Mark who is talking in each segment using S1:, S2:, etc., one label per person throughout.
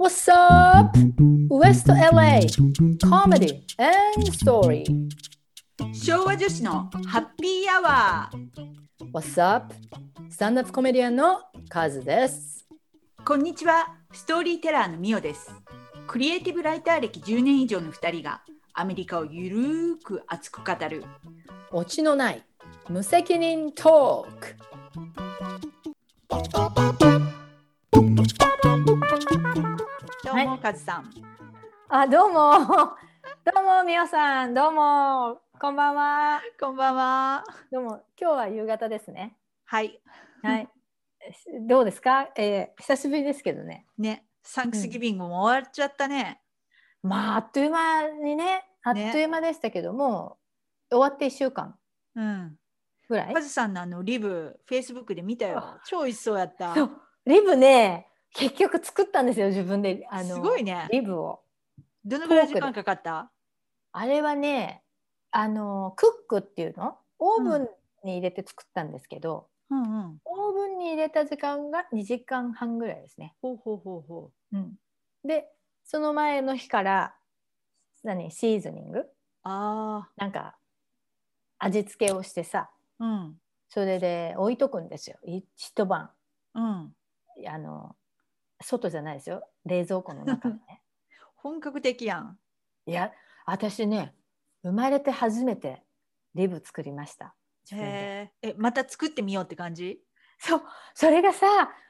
S1: up West LA Comedy and Story
S2: 昭和女子のハッピーアワー
S1: What's up? スタンダップコメディアンのカズです
S2: こんにちはストーリーテラーのミオですクリエイティブライター歴10年以上の2人がアメリカをゆるーく熱く語る
S1: オチのない無責任トーク
S2: どうも、カズさん
S3: あ、どうも。 どうも、みおさん、どうも。こんばんは。
S2: こんばんは
S3: どうも、今日は夕方ですね。
S2: はい
S3: はい。 どうですか。えー、久しぶりですけどね。
S2: ねサンクスギビングも終わっちゃったね、
S3: まあ、あっという間にね、あっという間でしたけども。終わって一週間
S2: うん、
S3: ぐらい
S2: カ。ズさんのあのリブフェイスブックで見たよ
S3: あ
S2: 超美味しそうやった
S3: そうリブね、結局作ったんですよ、自分で。あの。
S2: すごいね
S3: リブを。
S2: どのぐらい時間かかった
S3: あれはね。あの、クックっていうの。オーブンに入れて作ったんですけど。
S2: うんうん
S3: オーブンに入れた時間が2時間半ぐらいですね。
S2: ほうほうほうほう
S3: でその前の日から何シーズニング
S2: あ
S3: なんか味付けをしてさ
S2: あうん
S3: それで置いとくんですよい一晩
S2: うん
S3: あの外じゃないですよ冷蔵庫の中でね
S2: 本格的やん
S3: いや私ね生まれて初めてリブ作りました自分で
S2: へええまた作ってみようって感じ
S3: そうそれがさ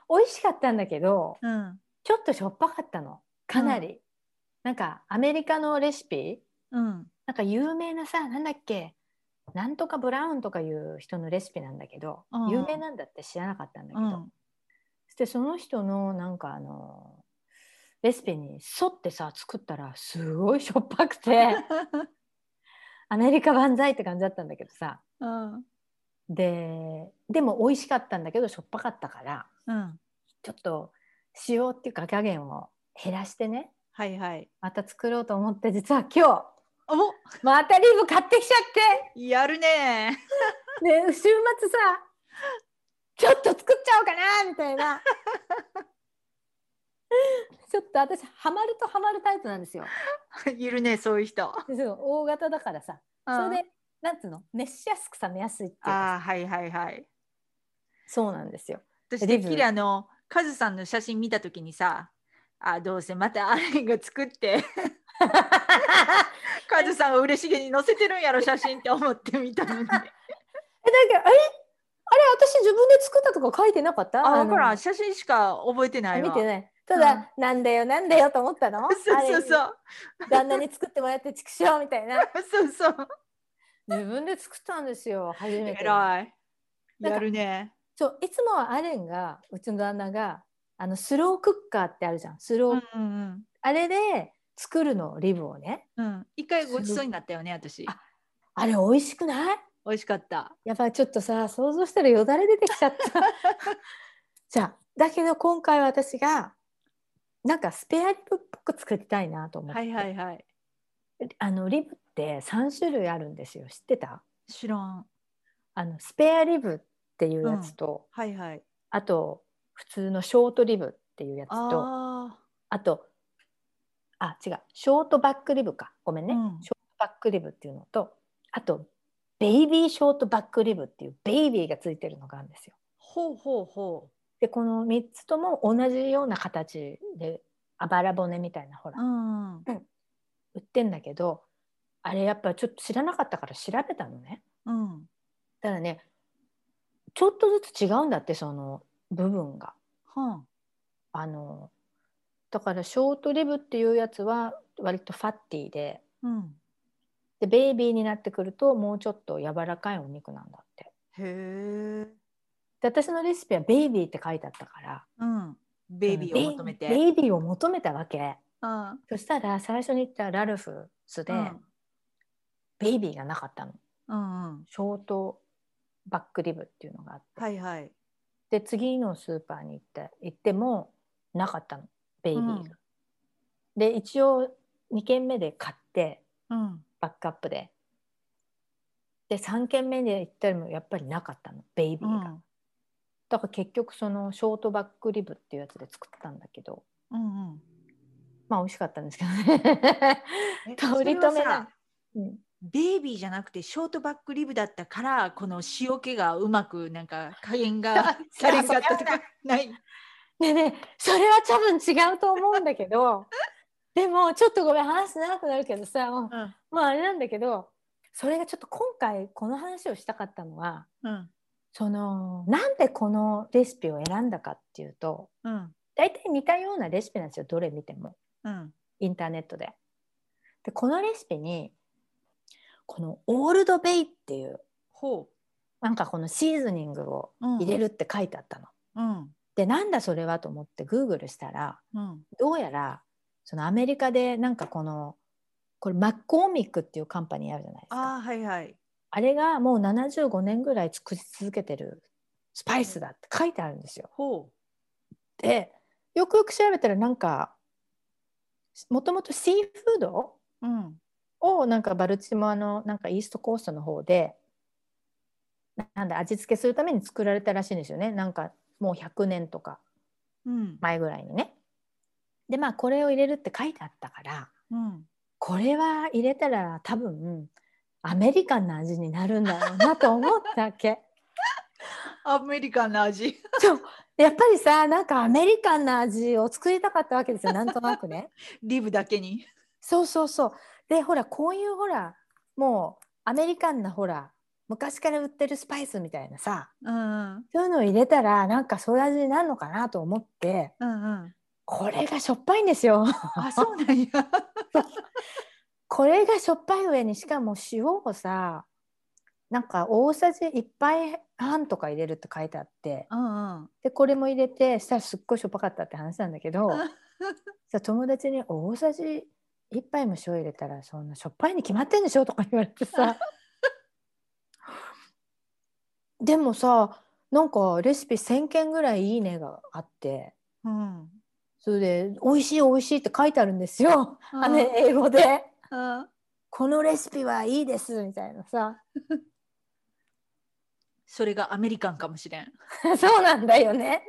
S3: 美味しかったんだけど
S2: うん
S3: ちょっとしょっぱかったのかなり、なんかアメリカのレシピ
S2: うん
S3: なんか有名なさなんだっけなんとかブラウンとかいう人のレシピなんだけど、
S2: うん
S3: 有名なんだって知らなかったんだけ
S2: う
S3: ど、
S2: ん
S3: そしてその人のなんかあのレシピに沿ってさ作ったらすごいしょっぱく てアメリカ万歳って感じだったんだけどさ
S2: うん
S3: ででも美味しかったんだけどしょっぱかったから
S2: うん
S3: ちょっと塩っていうか加減を減らしてね
S2: はいはい
S3: また作ろうと思って実は今日
S2: お
S3: またリブ買ってきちゃって
S2: やるね
S3: ね週末さちょっと作っちゃおうかなみたい なちょっと私ハマるとハマるタイプなんですよ
S2: ーいるねそういう人
S3: そう大型だからさそれ
S2: で
S3: でなんつうの熱しやすく冷めやすいっていう
S2: あ
S3: か
S2: あはいはいはい
S3: そうなんですよ
S2: 私て
S3: リ
S2: っ
S3: ブ
S2: きりあのカズさんの写真見た時にさあどうせまたアレンが作って カズさんが嬉しげに載せてるんやろ写真って思ってみたの に
S3: えだけどあれあれ私自分で作ったとか書いてなかった
S2: あ分
S3: の
S2: からん写真しか覚えてないわ
S3: 見てないただ、なんだよなんだよと思った の
S2: そうそうそ
S3: あ
S2: う
S3: れ旦那に作ってもらって畜生みたいな
S2: そうそう
S3: 自分で作ったんですよ初めて
S2: 偉い
S3: なんか
S2: やるね
S3: そういつもはアレンがうちの旦那があのスロークッカーってあるじゃんスロー、
S2: うんうん
S3: あれで作るのリブをね
S2: うんうん一回ごちそうになったよね私
S3: ああれ美味しくない
S2: 美味しかった
S3: やっぱりちょっとさ想像したらよだれ出てきちゃった じゃあだけど今回は私がなんかスペアリブっぽく作りたいなと思って、
S2: はいはいはい
S3: あのリブって3種類あるんですよ知ってた
S2: 知らん
S3: あのスペアリブっていうやつと、
S2: はいはい
S3: あと普通のショートリブっていうやつと
S2: あ
S3: あと、あ、違う、ショートバックリブか。ごめんね。
S2: うん
S3: ショートバックリブっていうのと、あと、ベイビーショートバックリブっていうベイビーがついてるのがあるんですよ。
S2: ほうほうほ
S3: で、この3つとも同じような形で、あばら骨みたいな、ほら、
S2: ううん
S3: 売ってんだけど、あれやっぱちょっと知らなかったから調べたのね。
S2: うん
S3: ただね、ちょっとずつ違うんだって、その部分が。
S2: は
S3: あの、だからショートリブっていうやつは割とファッティで、
S2: あうん
S3: でベイビーになってくるともうちょっと柔らかいお肉なんだって
S2: へえ
S3: で私のレシピはベイビーって書いてあったから
S2: うん、ベイビーを求めて。
S3: ベイベイビーを求めたわけ
S2: うんうん
S3: そしたら最初に言ったラルフスで、ベイビーがなかったの
S2: うんうん、
S3: ショートバックリブっていうのがあって、
S2: はいはい。
S3: で次のスーパーに行って行ってもなかったのベイビーが、
S2: うん
S3: で一応2軒目で買って
S2: うん、
S3: バックアップでで3軒目で行ったりもやっぱりなかったのベイビー
S2: う
S3: が、
S2: ん、
S3: だから結局そのショートバックリブっていうやつで作ったんだけど
S2: うん、
S3: まあ美味しかったんですけど ね
S2: え
S3: 取り留め
S2: それは
S3: な
S2: さ
S3: い、うん
S2: ベイビーじゃなくてショートバックリブだったからこの塩気がうまくなんか加減 がされんかったとかない
S3: ねえねえそれは多分違うと思うんだけどでもちょっとごめん話長くなるけどさもう
S2: うん
S3: まああれなんだけどそれがちょっと今回この話をしたかったのは
S2: うん
S3: そのなんでこのレシピを選んだかっていうと
S2: うん
S3: 大体似たようなレシピなんですよどれ見ても
S2: うん
S3: インターネットで。でこのレシピにこのオールドベイっていう
S2: ほ
S3: なんかこのシーズニングを
S2: う、うん、
S3: 入れるって書いてあったの。
S2: うん
S3: でなんだそれはと思ってグーグルしたら
S2: うん
S3: どうやらそのアメリカでなんかこのこれマッコーミックっていうカンパニーあるじゃないですか
S2: あ
S3: あ
S2: あはいはい
S3: れがもう75年ぐらい作り続けてるスパイスだって書いてあるんですよ。
S2: ほ
S3: でよくよく調べたらなんかもともとシーフード
S2: ううん
S3: をなんかバルチモアのなんかイーストコーストの方でなんだ味付けするために作られたらしいんですよねなんかもう100年とか
S2: うん
S3: 前ぐらいにね。でまあこれを入れるって書いてあったから
S2: うん
S3: これは入れたら多分アメリカンな味になるんだろうなと思ったわけ。
S2: アメリカンの味
S3: そうやっぱりさなんかアメリカンな味を作りたかったわけですよなんとなくね。
S2: リブだけに
S3: そうそうそう。でほらこういうほらもうアメリカンなほら昔から売ってるスパイスみたいなさ
S2: うんうん
S3: そういうのを入れたらなんかそういう味になるのかなと思って
S2: うん
S3: これがしょっぱいんですよ。
S2: あそうなんや
S3: これがしょっぱい上にしかも塩をさなんか大さじ1杯半とか入れるって書いてあって
S2: うんうん
S3: でこれも入れてしたらすっごいしょっぱかったって話なんだけどさ友達に「大さじ1杯も塩入れたらそんなしょっぱいに決まってんでしょ」とか言われてさでもさなんかレシピ1,000件ぐらい「いいね」があって
S2: うん
S3: それで「美味しい美味しい」って書いてあるんですよ、あの
S2: うん
S3: 英語で。
S2: うん
S3: このレシピはいいですみたいなさ
S2: それがアメリカンかもしれん
S3: そうなんだよね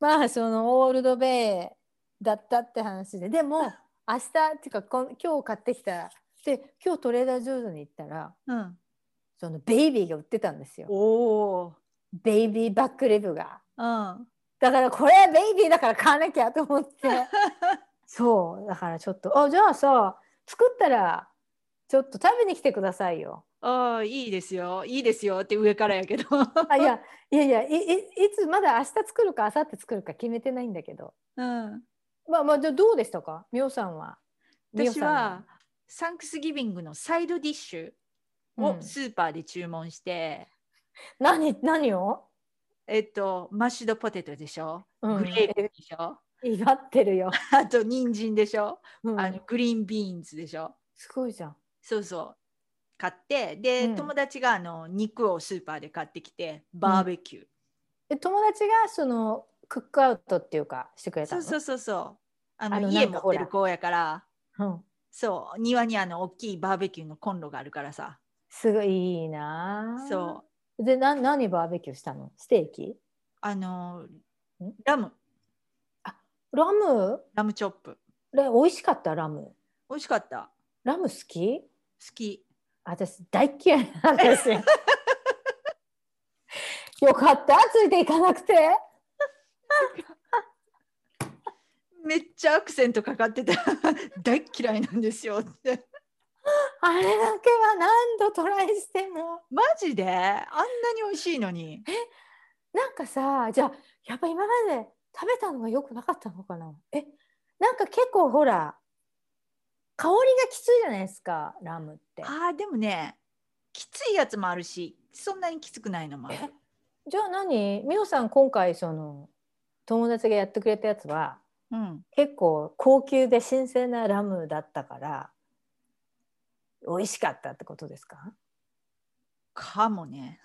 S3: まあそのオールドベイだったって話ででも明日っていうかこん今日買ってきたで今日トレーダージョーズに行ったら
S2: うん
S3: そのベイビーが売ってたんですよ
S2: おお
S3: ベイビーバックレブが
S2: うん
S3: だからこれベイビーだから買わなきゃと思ってそうだからちょっとあじゃあさ作ったらちょっと食べに来てくださいよ
S2: ああいいですよいいですよって上からやけど
S3: あいやいやいやいいいつまだ明日作るか明後日作るか決めてないんだけど
S2: うん
S3: まあまあじゃあどうでしたかみおさんはみお
S2: 私
S3: さん
S2: はサンクスギビングのサイドディッシュ
S3: う
S2: を
S3: ん
S2: スーパーで注文して、
S3: 何何を、
S2: えっとマッシュドポテトでしょ
S3: うん、
S2: グレープでしょ、
S3: え威張って るよ、
S2: あと人参でしょ、
S3: うん
S2: あのグリーンビーンズでしょ
S3: すごいじゃん
S2: そうそう買ってで、
S3: うん
S2: 友達があの肉をスーパーで買ってきてバーベキュー、
S3: え友達がそのクックアウトっていうかしてくれた
S2: そう
S3: の
S2: そうそうそうあの
S3: あのな
S2: 家
S3: ん
S2: 持
S3: か
S2: っ
S3: ほ
S2: て
S3: ら
S2: る子やから
S3: うん、
S2: そう庭にあの大きいバーベキューのコンロがあるからさ
S3: すごいいいなあ
S2: そう
S3: でな何バーベキューしたのステーキ
S2: あの
S3: ん
S2: ラム
S3: ラム
S2: ラムチョップ
S3: で美味しかったラム
S2: 美味しかった
S3: ラム好き
S2: 好き
S3: 私大っ嫌いなん ですよ。よかったついていかなくて
S2: めっちゃアクセントかかってた 大っ嫌いなんですよって
S3: あれだけは何度トライしても
S2: マジであんなに美味しいのに
S3: なんかさじゃあやっぱ今まで食べたのが良くなかったのかなえなんか結構ほら香りがきついじゃないですかラムって
S2: あーでもねきついやつもあるしそんなにきつくないのもある
S3: えじゃあ何みおさん今回その友達がやってくれたやつは
S2: うん
S3: 結構高級で新鮮なラムだったから美味しかったってことですか
S2: かもね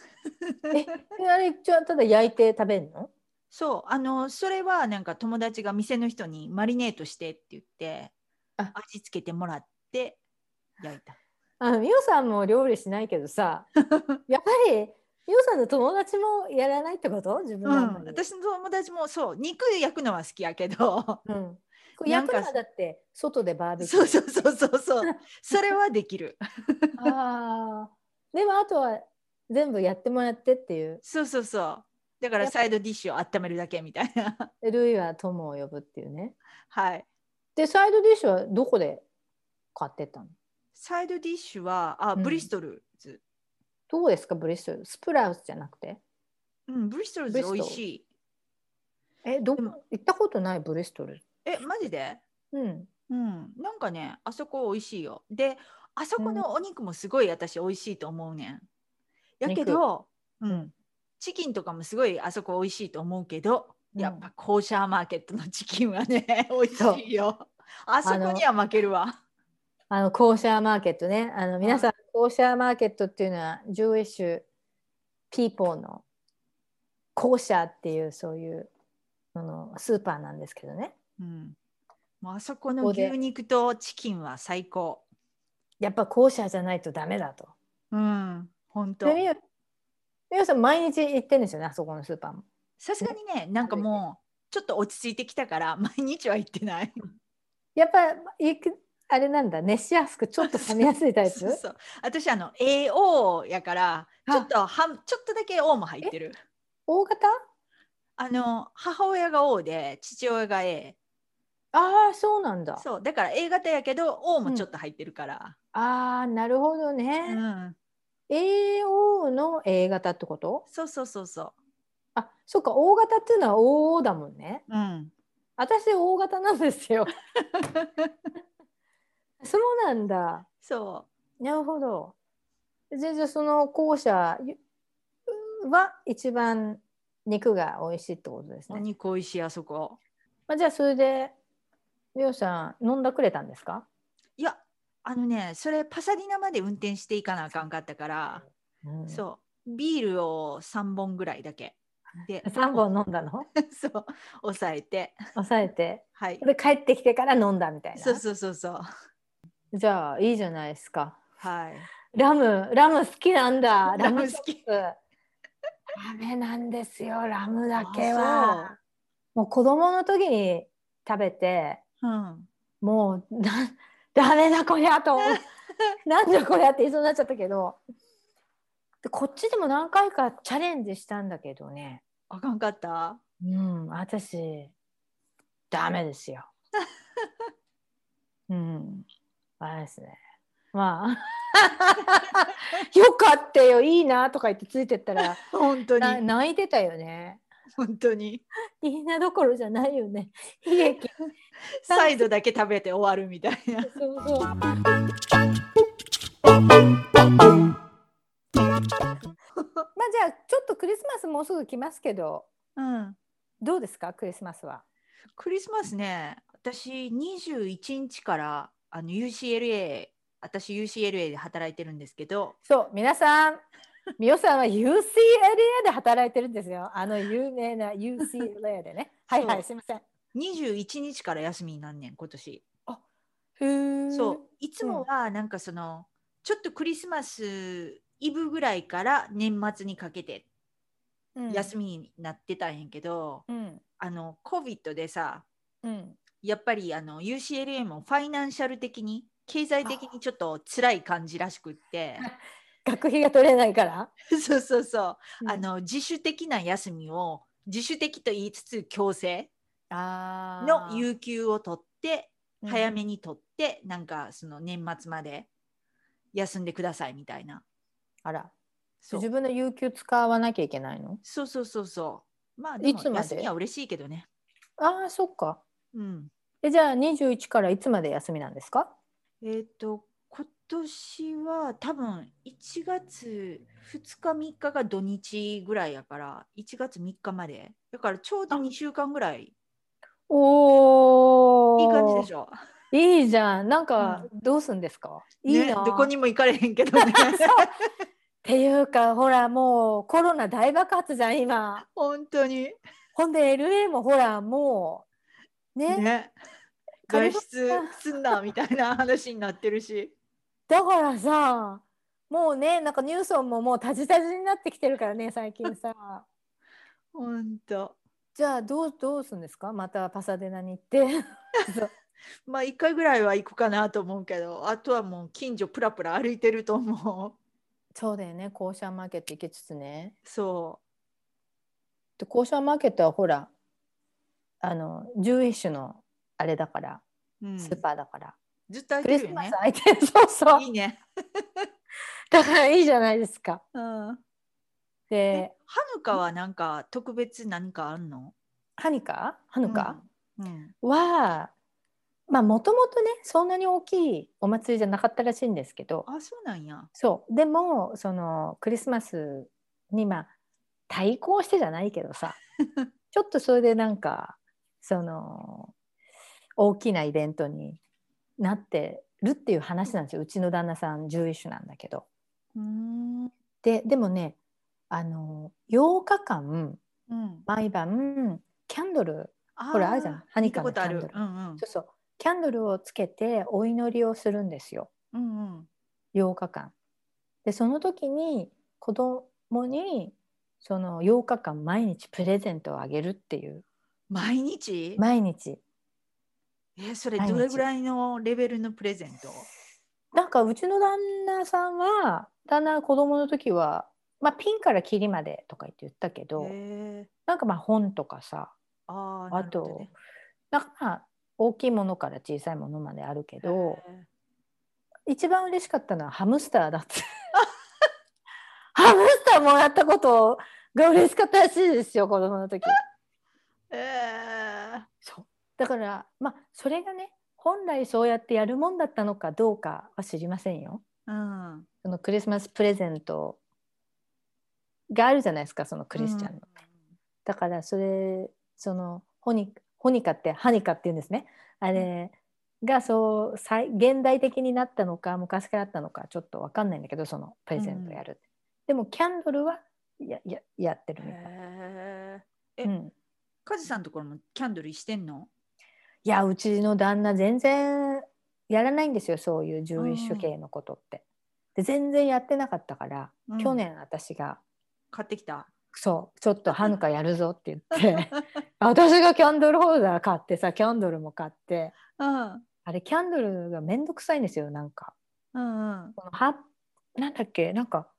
S3: えあれじゃあただ焼いて食べるの
S2: そうあのそれはなんか友達が店の人にマリネートしてって言って
S3: あ
S2: 味付けてもらって焼いた
S3: あの美桜さんも料理しないけど さやっぱり美桜さんの友達もやらないってこと自分
S2: う
S3: なの
S2: ん、
S3: に、
S2: 私の友達もそう肉焼くのは好きやけど
S3: うんこれ
S2: な
S3: 焼
S2: ん
S3: く
S2: か
S3: のはだって外でバーベキュ
S2: そう
S3: ー。
S2: そうそうそうそう。それはできる。
S3: あーでもあとは全部やってもらってっていう。
S2: そうそうそう。だからサイドディッシュを温めるだけみたいな。
S3: でルイは友を呼ぶっていうね。
S2: はい。
S3: でサイドディッシュはどこで買ってったの
S2: サイドディッシュは、あ、
S3: うん
S2: ブリストルズ。
S3: どうですかブリストルスプラウスじゃなくて
S2: うん、ブリストルズ
S3: ブリストル
S2: 美味しい。
S3: えど
S2: で
S3: 行
S2: も
S3: ったことないブリストル
S2: え、マジで
S3: うん
S2: うん。なんかね、あそこ美味しいよ。で、あそこのお肉もすごい私美味しいと思うねん。やけど、うん。チキンとかもすごいあそこ美味しいと思うけど、
S3: うん
S2: やっぱコーシャーマーケットのチキンはね、美味しいよ。あそこには負けるわ。
S3: あのコーシャーマーケットねあの皆さんコーシャーマーケットっていうのはジューイッシュピーポーのコーシャーっていうそういうあのスーパーなんですけどね
S2: うん。もうあそこ
S3: こ
S2: の
S3: こで
S2: 牛肉とチキンは最高。
S3: やっぱコーシャーじゃないとダメだと。
S2: うん。本当
S3: で。みゆみゆさん毎日行ってんですよねあそこのスーパーも。
S2: さすがにね、なんかもうちょっと落ち着いてきたから毎日は行ってない。
S3: やっぱ行くあれなんだ熱しやすくちょっと冷めやすいタイプ
S2: そうそう。私あの AO やからちょっとはんちょっとだけ O も入ってる。
S3: 大型
S2: あの母親が O で父親が A。
S3: ああそうなんだ。
S2: そうだから A 型やけど O もちょっと入ってるから。
S3: ああなるほどね。
S2: うん。
S3: AO の A 型ってこと
S2: そうそうそうそ
S3: あそっか O 型っていうのは OO だもんね
S2: う。うん。
S3: 私 O 型なんです よそうなんだ
S2: そ
S3: なるほどじゃあじゃあその校舎は一番肉が美味しいってことです
S2: う。お
S3: ね、
S2: 肉美味しいあそこ。
S3: まあ、じゃあそれでみおさん飲んだくれたんですか、
S2: いやあのねそれパサディナまで運転していかなあかんかったから、
S3: うん
S2: そうビールを3本ぐらいだけ で
S3: 3本飲んだの
S2: そう抑えて
S3: 抑えて
S2: はい
S3: で帰ってきてから飲んだみたいな
S2: そうそうそうそう
S3: じゃあいいじゃないですか
S2: はい
S3: ラム、ラム好きなんだ。
S2: ラ
S3: ラ
S2: ム
S3: ム
S2: 好
S3: 好
S2: き
S3: き。ダメなんですよ、ラムだけ
S2: あ
S3: は。もう子供の時に食べて、
S2: そううん
S3: もうな ダメだこりゃと、 なんだこりゃって言いそうになっちゃったけど、でこっちでも何回かチャレンジしたんだけどね、
S2: あかんかった
S3: うん、私ダメです よ。うん、あれですね。まあ、 よかったよ、いいなとか言ってついてったら、
S2: 本 当
S3: な
S2: に
S3: 泣いてたよね。
S2: 本当に
S3: いいなどころじゃないよね。悲劇。
S2: サイドだけ食べて終わるみたいな
S3: そうそう。まあじゃあちょっとクリスマスもうすぐ来ますけど
S2: うん
S3: どうですかクリスマスは
S2: クリスマスね私21日からあの UCLA 私 UCLA で働いてるんですけど
S3: そう皆さん みおさんは UCLA で働いてるんですよあの有名な UCLA でねはいは
S2: そう
S3: いすいません
S2: 21日から休みになんねん今年
S3: ふ
S2: そういつもはなんかその、ちょっとクリスマスイブぐらいから年末にかけて
S3: う、うん、
S2: 休みになってたんやけど、
S3: うん
S2: あの COVID でさ
S3: うん
S2: やっぱりあの UCLA もファイナンシャル的に経済的にちょっと辛い感じらしくって
S3: 学費が取れないから、
S2: そうそうそう、
S3: うん
S2: あの自主的な休みを自主的と言いつつ強制
S3: あ
S2: の有給を取って
S3: うん
S2: 早めに取って、なんかその年末まで休んでくださいみたいな。
S3: あら
S2: そう
S3: 自分の有給使わなきゃいけないの
S2: そうそうそうそう。まあで
S3: い
S2: も
S3: つまで
S2: 休みは嬉しいけどね。
S3: ああそっか
S2: うん。
S3: えじゃあ21からいつまで休みなんですか
S2: えっ、と今年は多分1月2日3日が土日ぐらいやから1月3日までだからちょうど
S3: あ
S2: 2週間ぐらい
S3: お
S2: い
S3: ー
S2: い感じでしょ。
S3: いいじゃんなんかどうすんですか、いい
S2: ね
S3: な
S2: どこにも行かれへんけど
S3: っ
S2: ね。
S3: ていうかほらもうコロナ大爆発じゃん今
S2: 本当に
S3: ほんで LA もほらもうね
S2: ね。
S3: カ
S2: 外
S3: リフォ
S2: 出すんなみたいな話になってるし。
S3: だからさもうねなんかニュースももうタジタジになってきてるからね最近さ
S2: 本当。
S3: じゃあどうどうするんですかまたパサデナに行って
S2: まあ1回ぐらいは行くかなと思うけどあとはもう近所プラプラ歩いてると思
S3: そうだよね校舎マーケット行けつつね
S2: うそ
S3: で校舎マーケットはほらあのジューイッシュのあれだから
S2: う、うん、
S3: スーパーだから、
S2: ずっと歩い
S3: クリ
S2: て
S3: ス
S2: るよ
S3: マス
S2: ね
S3: 開いてるそうそう
S2: いいね、
S3: だからいいじゃないですか
S2: うん、え
S3: で
S2: はぬかはなんか特別何かあんの
S3: ハニカハヌカ、
S2: うん
S3: はまあもともとねそんなに大きいお祭りじゃなかったらしいんですけど
S2: あそうなんや
S3: そうでもそのクリスマスにまあ対抗してじゃないけどさちょっとそれでなんかその大きなイベントになってるっていう話なんですようちの旦那さん11種なんだけど。
S2: うんうん
S3: ででもねあの8日間毎晩キャンドル
S2: あー
S3: ほらあるじゃんハニカの
S2: 見たことある
S3: キャンド
S2: うんうん
S3: そうそうキャンドルをつけてお祈りをするんですよ。
S2: うんうん
S3: 8日間でその時に子供にその8日間毎日プレゼントをあげるっていう
S2: 毎日
S3: 毎日
S2: えそれ
S3: 毎日
S2: どれぐらいのレベルのプレゼント
S3: なんかうちの旦那さんは旦那は子供の時は、まあ、ピンからキリまでとか言って言ったけど、
S2: へー
S3: なんかまあ本とかさ
S2: あー
S3: あ
S2: なるほど
S3: と
S2: ね
S3: なんかまあ大きいものから小さいものまであるけど
S2: へー
S3: 一番嬉しかったの はハムスターだってハムスターもらったことが嬉しかったらしいですよ子供の時。
S2: えー
S3: そうだからまあそれがね本来そうやってやるもんだったのかどうかは知りませんよ。
S2: うん
S3: そのクリスマスプレゼントがあるじゃないですかそのクリスチャンの。だからそれそのホニホニカってハニカっていうんですねあれがそう最現代的になったのか昔からあったのかちょっと分かんないんだけどそのプレゼントやる。でもキャンドルはやややってるみたい。
S2: へえ
S3: うん
S2: カズさんのところもキャンドルしてんの
S3: いやうちの旦那全然やらないんですよそういうジューイッシュ系のことって。で全然やってなかったから、
S2: うん
S3: 去年私が
S2: 買ってきた
S3: そうちょっとはぬかやるぞって言って私がキャンドルホルダー買ってさキャンドルも買って
S2: うんうん
S3: あれキャンドルがめんどくさいんですよなんか。
S2: うん
S3: このはなんだっけなんか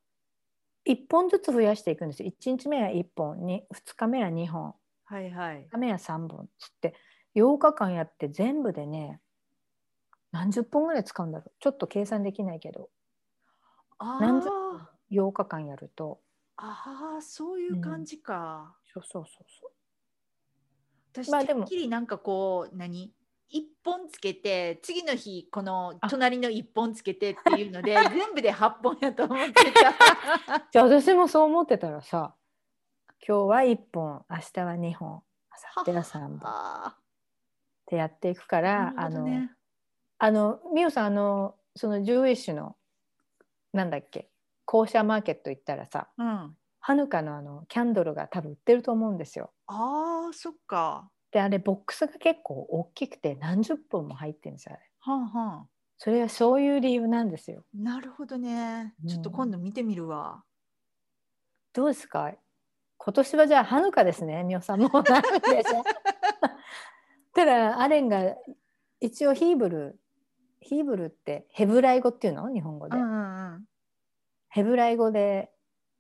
S3: 1本ずつ増やしていくんですよ。1日目は1本に2日目は2本
S2: はいはい
S3: 3日目は3本っつって8日間やって全部でね何十本ぐらい使うんだろうちょっと計算できないけど
S2: あ
S3: 何十
S2: ー
S3: 8日間やると
S2: あーそういう感じか
S3: そうそうそうそう
S2: 私
S3: まあ
S2: て
S3: でも
S2: っきりなんかこう何一本つけて次の日この
S3: あ
S2: 隣の一本つけてっていう ので全部で八本やと思ってた
S3: じゃあ私もそう思ってたらさ今日は1本明日は2本明後日は3本っ
S2: あ
S3: てやっていくか
S2: ー
S3: ら、
S2: な
S3: あ
S2: るほ
S3: の
S2: どね
S3: あのミオさんあのそのジューイッシュのなんだっけ校舎マーケット行ったらさ
S2: うん
S3: はぬかのあのキャンドルが多分売ってると思うんですよ。
S2: あーそっか
S3: であれボックスが結構大きくて何十本も入ってるんですよあれ。
S2: はんはん
S3: それはそういう理由なんですよ。
S2: なるほどね
S3: うん
S2: ちょっと今度見てみるわ、
S3: どうですか今年はじゃあはぬかですね、みおさんもうなるでしょ。 ただアレンが一応ヒーブルヒーブルってヘブライ語っていうの日本語で、
S2: んうん、
S3: ヘブライ語で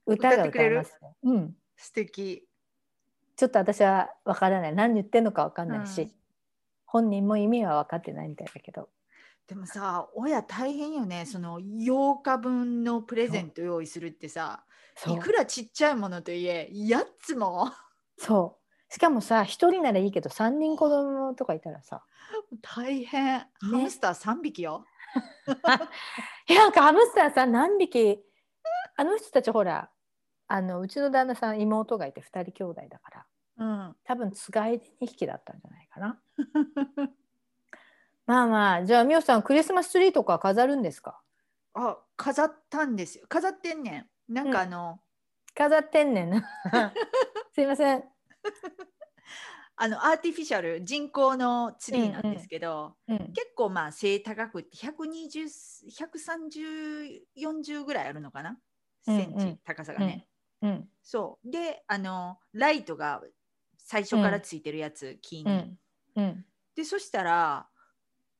S3: 歌が
S2: 歌ってく
S3: 歌
S2: れ
S3: え
S2: る
S3: ます、ねうん。
S2: 素敵
S3: ちょっと私はわからない何言ってんのかわかんないし、
S2: うん
S3: 本人も意味は分かってないみたいだけど
S2: でもさ親大変よねその8日分のプレゼント用意するってさ
S3: そ
S2: いうくらちっちゃいものといえ8つ も
S3: そうしかもさ1人ならいいけど3人子供とかいたらさ
S2: 大変、ハムスター3匹よ
S3: いやなんかハムスターさん何匹あの人たちほらあのうちの旦那さん妹がいて2人兄弟だから
S2: うん
S3: 多分つがいで2匹だったんじゃないかな まあまあじゃあみおさんクリスマスツリーとか飾るんですか
S2: あ飾ったんですよ飾ってんねんなんかあの、
S3: 飾ってんね んなすいません
S2: あのアーティフィシャル人工のツリーなんですけど、
S3: うん
S2: 結構まあ背高くって1201340ぐらいあるのかな、
S3: うんうん
S2: センチ高さがね、
S3: うん
S2: そうであのライトが最初からついてるやつ、キーに、
S3: うんうん
S2: でそしたら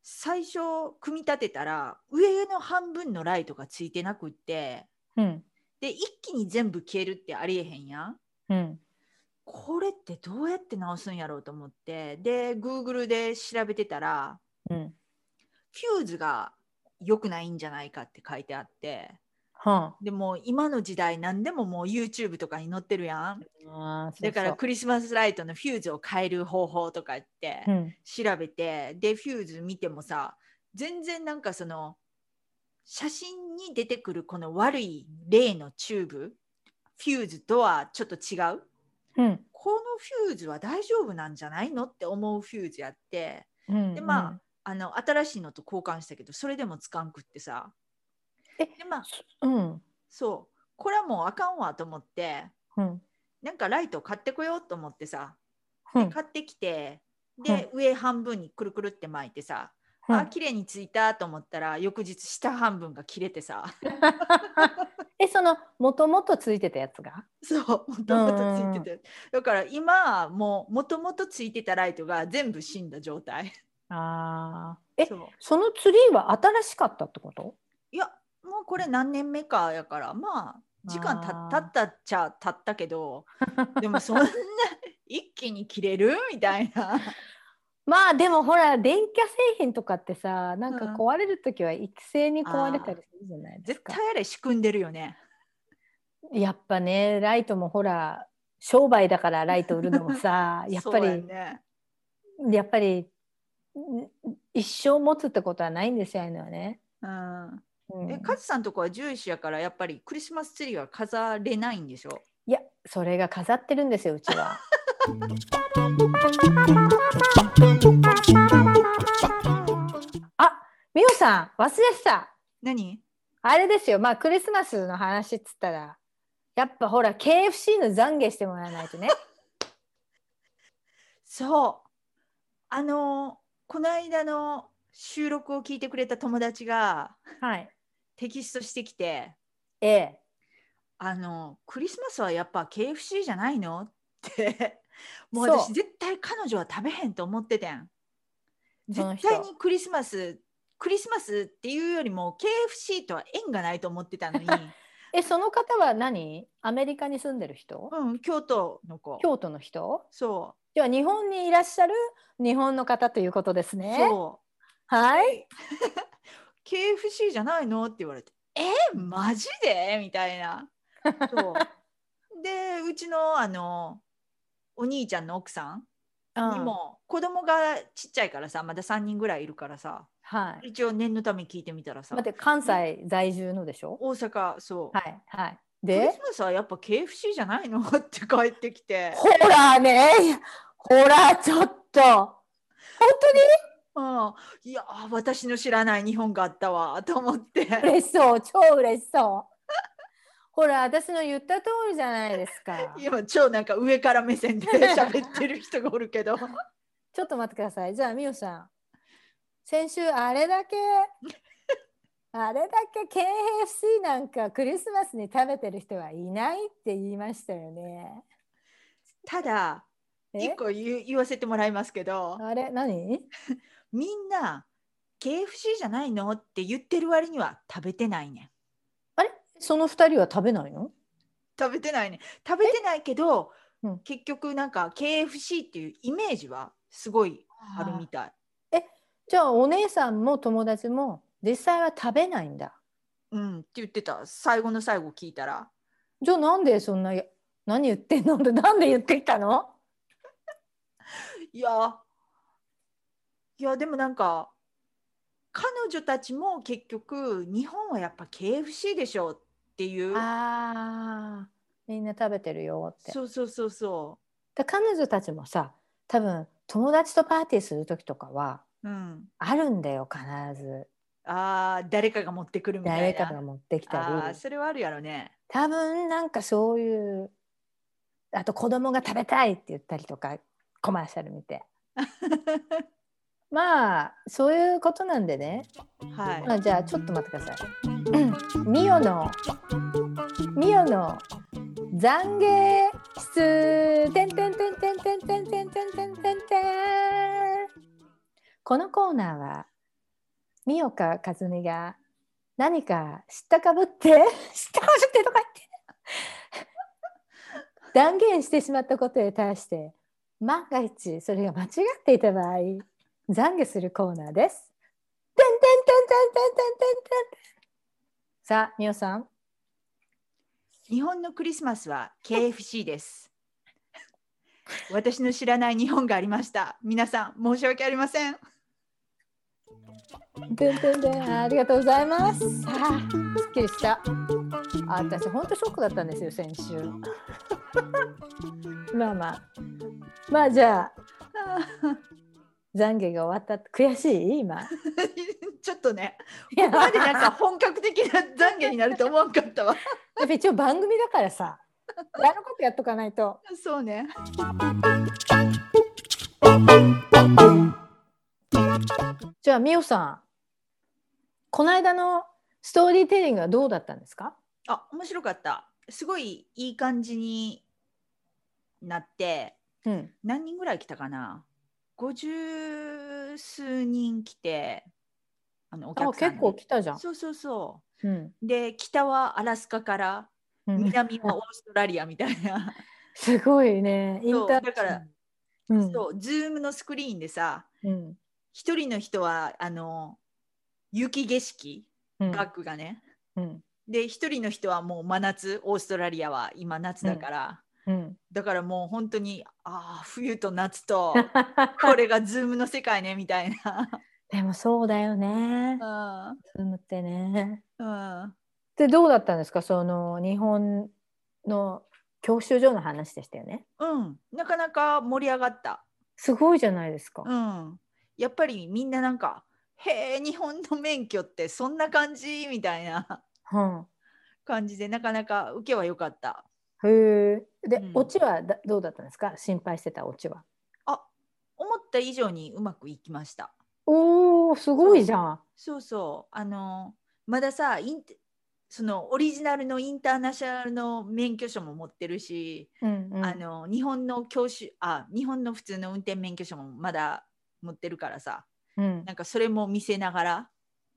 S2: 最初組み立てたら上の半分のライトがついてなくって
S3: うん
S2: で一気に全部消えるってありえへんやん
S3: うん
S2: これってどうやって直すんやろうと思ってで Google で調べてたら
S3: うん
S2: フューズが良くないんじゃないかって書いてあって
S3: は
S2: でもう今の時代何でももう YouTube とかに載ってるやん
S3: ああーそうそう
S2: だからクリスマスライトのフューズを変える方法とか言って
S3: うん
S2: 調べて、でフューズ見てもさ全然なんかその写真に出てくるこの悪い例のチューブフューズとはちょっと違う
S3: うん
S2: このフューズは大丈夫なんじゃないのって思うフューズやって
S3: うん
S2: でまあの新しいのと交換したけどそれでもつかんくってさ
S3: え
S2: でまあ
S3: うん
S2: そうこれはもうあかんわと思って
S3: うん
S2: なんかライトを買ってこようと思ってさ
S3: う
S2: で
S3: ん
S2: 買ってきてで、上半分にくるくるって巻いてさ、
S3: うん
S2: あ綺麗についたと思ったら翌日下半分が切れ てさ
S3: えそのもともとついてたやつが
S2: そうもともとついててだから今もうもともとついてたライトが全部死んだ状態
S3: あーえ
S2: そう
S3: そのツリーは新しかったってこと
S2: いやもうこれ何年目かやからまあ時間た
S3: あー
S2: たったっちゃたった けどでもそんな一気に切れるみたい な
S3: まあでもほら電化製品とかってさなんか
S2: うん
S3: 壊れる時は一斉に壊れたりするじゃないです
S2: 絶
S3: か
S2: 対、あれ仕組んでるよね
S3: やっぱねライトもほら商売だからライト売るのも さやっぱり
S2: そうやね
S3: やっぱりん一生持つってことはないんですよああいうのはね。
S2: うん
S3: うん
S2: えカズさんとこは獣医師やからやっぱりクリスマスツリーは飾れないんでしょ
S3: いやそれが飾ってるんですようちは。あみおさん忘れてた
S2: 何
S3: あれですよまあクリスマスの話っつったらやっぱほら KFC の懺悔してもらわないとね。
S2: そうあのこの間の収録を聞いてくれた友達が
S3: はい、
S2: テキストしてきて
S3: ええ
S2: あのクリスマスはやっぱ KFC じゃないのってもう
S3: そう
S2: 私絶対彼女は食べへんと思っててん
S3: その
S2: 絶
S3: 人
S2: 対にクリスマスクリスマスっていうよりも KFC とは縁がないと思ってたの に、
S3: えその方は何アメリカに住んでる人
S2: うん、京都の子
S3: 京都の人
S2: そ
S3: じゃあ日本にいらっしゃる日本の方ということです
S2: う、
S3: ね。
S2: そう
S3: はい。
S2: KFC じゃないのって言われて「えマジで?」みたいな。そうでうちのあのお兄ちゃんの奥さんに
S3: うん
S2: も、子供がちっちゃいからさまだ3人ぐらいいるからさ
S3: はい。
S2: 一応念のため聞いてみたらさ
S3: 待って関西在住のでしょ。
S2: 大阪そう、
S3: はいはい。
S2: クリ
S3: で
S2: スマスはやっぱ KFC じゃないのって帰ってきて、
S3: ほらねほらちょっと本
S2: うん、いや私の知らない日本があったわ と思って
S3: 当に嬉しそう超嬉しそう。ほら私の言った通りじゃないですか。
S2: 今超なんか上から目線で喋ってる人がおるけど
S3: ちょっと待ってください。じゃあ、みおさん。先週、あれだけ、あれだけ KFC なんかクリスマスに食べてる人はいないって言いましたよね。
S2: ただ
S3: え
S2: 一個言う言わせてもらいますけど
S3: あれ何
S2: みんな KFC じゃないのって言ってる割には食べてないねん
S3: その二人は食べないの
S2: 食べてないね食べてないけど、
S3: うん
S2: 結局なんか KFC っていうイメージはすごいあるみたい。
S3: じゃあ、お姉さんも友達も実際は食べないんだ。
S2: うんって言ってた最後の最後聞いたら
S3: じゃあ、なんでそんな、何言ってんのって、なんで言ってきたの
S2: いやいやでもなんか彼女たちも結局日本はやっぱ KFC でしょっていう
S3: ああ、みんな食べてるよって。
S2: そうそうそうそ
S3: だ彼女たちもさ、多分友達とパーティーする時とかは、
S2: う、うん、
S3: あるんだよ必ず
S2: あー誰かが持ってくるみた
S3: 誰
S2: いな
S3: かが持ってき
S2: あ
S3: た
S2: ー
S3: り
S2: それはあるやろね。
S3: 多分なんかそういうあと子供が食べたいって言ったりとかコマーシャル見 てまあそういうことなんでね、
S2: はい
S3: まあ、じゃあちょっと待ってくださいうんミオのミオの懺悔室てんてんてんてんてんてんてんてんてんてんてんこのコーナーは三岡和美が何か知ったかぶって知ったかぶってとか言って断言してしまったことに対して万が一それが間違っていた場合懺悔するコーナーです。てんてんてんてんてんてんてんてんてんさあ美桜さん
S2: 日本のクリスマスは KFC です。 私の知らない日本がありました。皆さん申し訳ありません。
S3: てんてんてんありがとうございます。あーすっきりした。あ私本当ショックだったんですよ先週。 まあまあまあじゃあ懺悔が終わった悔しい今。
S2: ちょっとね、
S3: いや
S2: ここまでなんか本格的な懺悔になると思わんかったわ。
S3: やっぱ一応番組だからさやることやっとかないと。
S2: そうね。
S3: じゃあみおさんこの間のストーリーテリングはどうだったんですか
S2: あ、面白かった。すごいいい感じになって、
S3: うん
S2: 何人ぐらい来たかな50数人来てあのお
S3: あ
S2: 客さん
S3: 結構来たじゃん。
S2: そうそうそ
S3: うん
S2: うで北はアラスカから
S3: うん、
S2: 南はオーストラリアみたい な、
S3: すごいねインター
S2: そうだから、
S3: うん
S2: そうズームのスクリーンでさ
S3: うん
S2: 一人の人はあの雪景色
S3: うん
S2: バックがね、
S3: うん
S2: で一人の人はもう真夏オーストラリアは今夏だから、
S3: うん、
S2: だからもう本当にああ冬と 夏とこれがズームの世界ねみたい
S3: でも そうだよね。
S2: な。
S3: ズームってね。
S2: うんうん
S3: でどうだったんですかその日本の教習所の話でしたよね。
S2: うん、なかなか盛り上がった。
S3: すごいじゃないですか。
S2: うん、やっぱりみんななんか「へえ日本の免許ってそんな感じ」みたいな
S3: うん
S2: 感じでなかなか受けは良かった。
S3: へえ。で、
S2: うん
S3: オチはだどうだったんですか心配してたオチは。
S2: あ思った以上にうまくいきました。
S3: おおすごいじゃん。
S2: そうそうあのまださインテそのオリジナルのインターナショナルの免許証も持ってるし、
S3: うんうん
S2: あの日本の教習あ日本の普通の運転免許証もまだ持ってるからさ
S3: うん、
S2: なんかそれも見せながら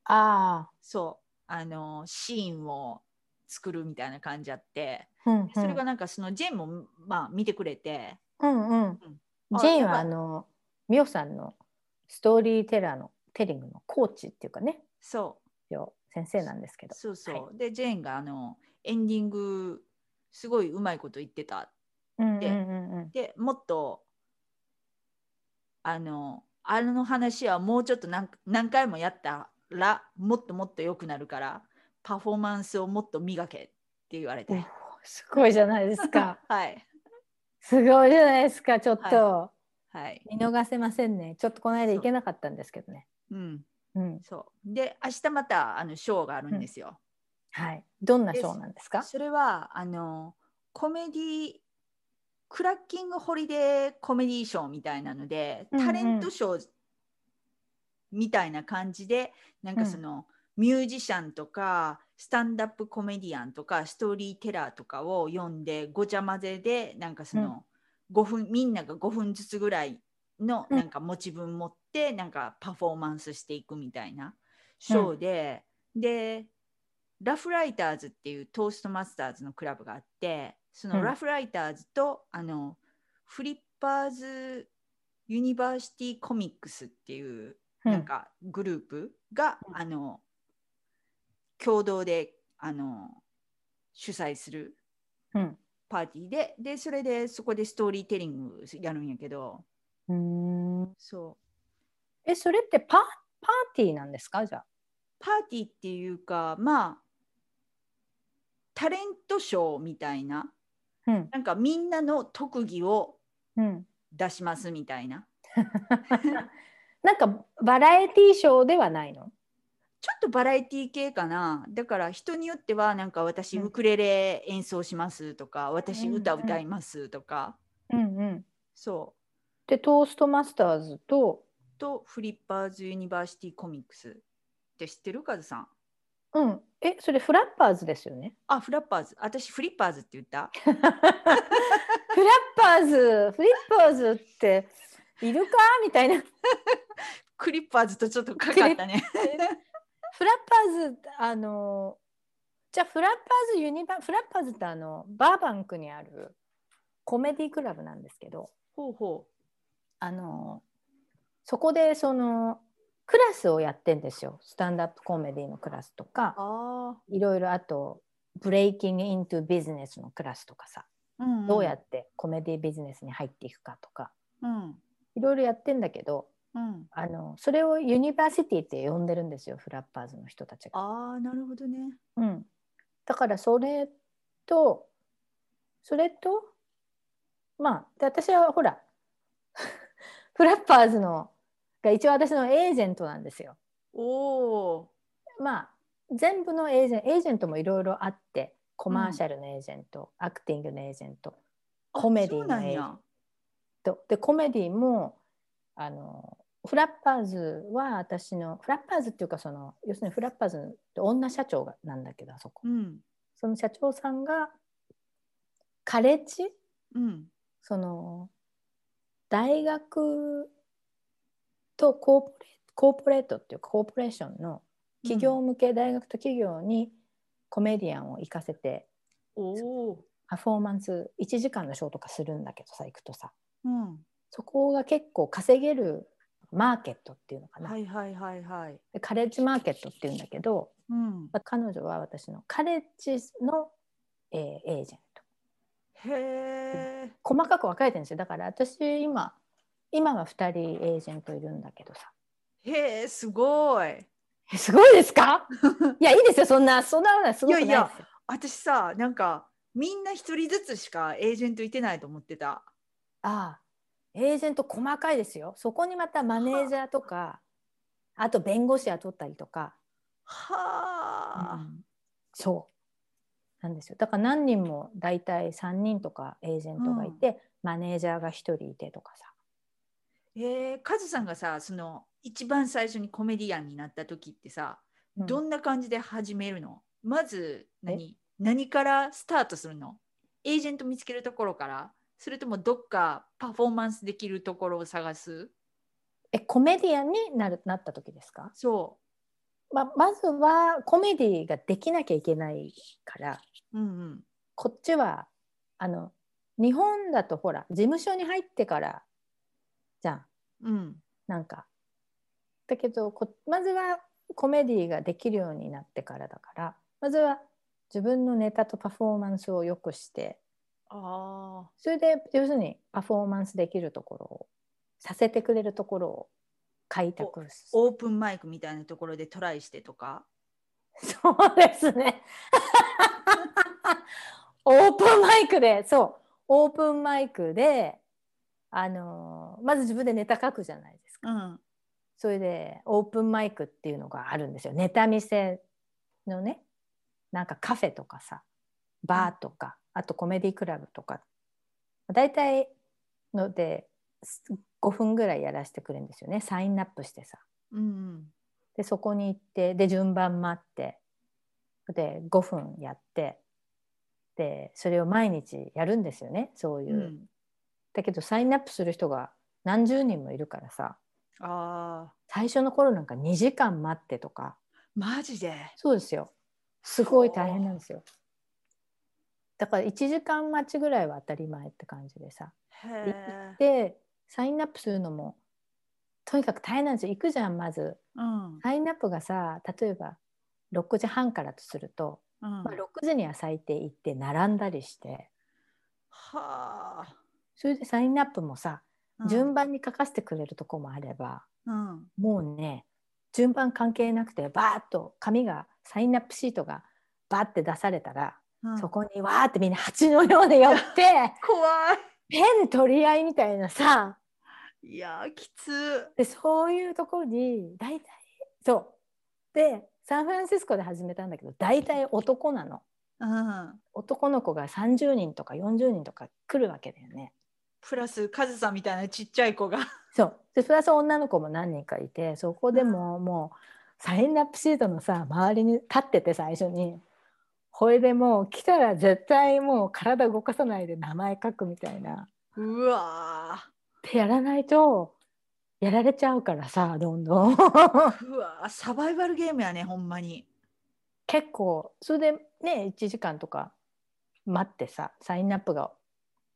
S3: あ
S2: そうあのシーンを作るみたいな感じあって
S3: あ、うんうん、
S2: それがなんかそのジェンもまあ見てくれて
S3: うんうん
S2: あ。
S3: ジェイン
S2: やっぱ
S3: はあのミオさんのストーリーテラーのテリングのコーチっていうかね、
S2: そう
S3: 一応先生なんですけど。
S2: そうそう、でジェーンがあのエンディングすごいうまいこと言ってた
S3: うんうん
S2: で
S3: うんうん。
S2: でもっとあのあの話はもうちょっと何何回もやったらもっともっと良くなるからパフォーマンスをもっと磨けって言われ
S3: おー
S2: て
S3: すごいじゃないですか。
S2: はい
S3: すごいじゃないですか。ちょっと、
S2: はい
S3: 見逃せませんね。ちょっとこの間
S2: そう
S3: 行けなかったんですけどね。
S2: うん
S3: うん。
S2: そうで明日またあのショーがあるんですよ、
S3: はい。どんなショーなんですか？
S2: それはあのコメディクラッキングホリデーコメディショーみたいなので、
S3: うんうん
S2: タレントショーみたいな感じでなん
S3: う
S2: か
S3: ん
S2: その、ミュージシャンとかスタンダップコメディアンとかストーリーテラーとかを読んでごちゃ混ぜでなんかその、5分みんなが5分ずつぐらいの
S3: うん
S2: なんか持ち分持ってなんかパフォーマンスしていくみたいなショーで、でラフライターズっていうトーストマスターズのクラブがあってそ
S3: うん
S2: のラフライターズと、あのフリッパーズユニバーシティコミックスっていう
S3: うん
S2: なんかグループが、
S3: うん
S2: あの共同であの主催する
S3: うん。
S2: パーティーででそれでそこでストーリーテリングやるんやけど
S3: うーん。
S2: そう
S3: え、それってパパーティーなんですか？じゃあ。
S2: パーティーっていうかまあタレントショーみたいな
S3: うん
S2: なんかみんなの特技を
S3: うん。
S2: 出しますみたいな
S3: なんかバラエティーショーではないの？
S2: ちょっとバラエティ系かなだから人によってはなんか私
S3: うん
S2: ウクレレ演奏しますとか、私
S3: うん
S2: 歌歌いますとか、
S3: うんうん。
S2: そ
S3: で、トーストマスターズと、
S2: うとフリッパーズ・ユニバーシティ・コミックスって知ってるカズさん
S3: うん。え、それフラッパーズですよね。
S2: あフラッパーズ私フリッパーズって言った
S3: フラッパーズフリッパーズっているかみたいな
S2: クリッパーズとちょっとかかっ たね。
S3: フラッパーズあのじゃあフラッパーズユニバフラッパーズってあのバーバンクにあるコメディクラブなんですけど
S2: ほうほ
S3: あのそこでそのクラスをやってんですよスタンダップコメディのクラスと
S2: う。
S3: か
S2: あ
S3: いろいろあとブレイキング・イントゥ・ビジネスのクラスとかさ
S2: あ。うん、
S3: どうやってコメディビジネスに入っていくかとか
S2: うん。
S3: いろいろやってんだけど
S2: うん。
S3: あのそれをユニバーシティって呼んでるんですよフラッパーズの人たちが。
S2: ああ、なるほどね。
S3: うん、だからそれとそれとまあで私はほら フラッパーズのが一応私のエージェントなんですよ。
S2: おお。
S3: まあ全部のエージェントエージェントもいろいろあってコマーシャルのエージェント、アクティングのエージェント
S2: あ
S3: コメディ
S2: そうな
S3: の
S2: ん
S3: エージェ
S2: や
S3: ン。トでコメディもあのフラッパーズは私のフラッパーズっていうかその要するにフラッパーズって女社長がなんだけどあそこ
S2: うん。
S3: その社長さんがカレッジ
S2: うん。
S3: その大学とコーポレコーポレートっていうかコーポレーションの企業向け、大学と企業にコメディアンを行かせて
S2: おお。
S3: パフォーマンス1時間のショーとかするんだけどさ行くとさ
S2: うん。
S3: そこが結構稼げるマーケットっていうのかな、
S2: はいはいはいはい。
S3: でカレッジマーケットっていうんだけど
S2: うん。
S3: 彼女は私のカレッジの、えーエージェント。
S2: へえ。
S3: 細かく分かれてるんですよだから私今今は2人エージェントいるんだけどさ
S2: へえ、すごい。
S3: えすごいです かいやいいですよそんなそんなのすごくないですよ
S2: いやい私さ、なんか。みんな一人ずつしかエージェントいてないと思ってた。
S3: ああエージェント細かいですよそこにまたマネージャーとかあと弁護士雇ったりとか、
S2: はあ。
S3: そうなんですよだから何人も大体3人とかエージェントがいて、マネージャーが1人いてとかさ
S2: えー、カズさんがさその一番最初にコメディアンになった時ってさ、どんな感じで始めるのまず何何からスタートするのエージェント見つけるところからそれともどっかパフォーマンスできるところを探す
S3: えコメディアンになるなった時ですか
S2: そ
S3: ままずはコメディができなきゃいけないから
S2: う。うんうん。
S3: こっちはあの日本だとほら事務所に入ってからじゃん
S2: うん。
S3: なんかだけどこまずはコメディができるようになってからだからまずは自分のネタとパフォーマンスを良くして
S2: ああ。
S3: それで要するにパフォーマンスできるところをさせてくれるところを開拓す
S2: オープンマイクみたいなところでトライしてとか。
S3: そうですね。オープンマイクで、そう、オープンマイクで、あのーまず自分でネタ書くじゃないですか。
S2: うん。
S3: それで、オープンマイクっていうのがあるんですよ。ネタ見せのね、なんかカフェとかさ、バーとか、あとコメディクラブとか、大体ので、す5分ぐらいやらせてくれるんですよね。サインアップしてさ。
S2: うん
S3: でそこに行ってで順番待ってで5分やってでそれを毎日やるんですよねそうい
S2: うん。
S3: う、
S2: うん。
S3: だけどサインアップする人が何十人もいるからさ
S2: ああ。
S3: 最初の頃なんか2時間待ってとか
S2: マジで。
S3: そうですよすごい大変なんですよだから1時間待ちぐらいは当たり前って感じでさ
S2: へえ。
S3: でサインアップするのもとにかく大変なんですよ行くじゃんまず
S2: うん。うん。
S3: サインアップがさ例えば6時半からとすると、まあ、6時には最低行って並んだりして
S2: はあ。
S3: それでサインアップもさ
S2: うん
S3: 順。番に書かせてくれるとこもあれば、
S2: うん。
S3: もうね順番関係なくてバーッと紙がサインアップシートがバーって出されたら、
S2: うん
S3: そこにわーってみんな蜂のように寄って
S2: 怖い。
S3: ペン取り合いみたいなさ
S2: いやーきつ。
S3: でそういうところに大体そうでサンフランシスコで始めたんだけど大体男なの。
S2: うん。
S3: 男の子が30人とか40人とか来るわけだよね。
S2: プラスカズさんみたいなちっちゃい子が。
S3: そうでプラス女の子も何人かいてそこでももうサインアップシートのさ周りに立ってて最初にこれでもう来たら絶対もう体動かさないで名前書くみたいな。
S2: うわ
S3: ってやらないとやられちゃうからさどんどん
S2: ーうわーサバイバルゲームやねほんまに
S3: 結構それでね1時間とか待ってさサインアップが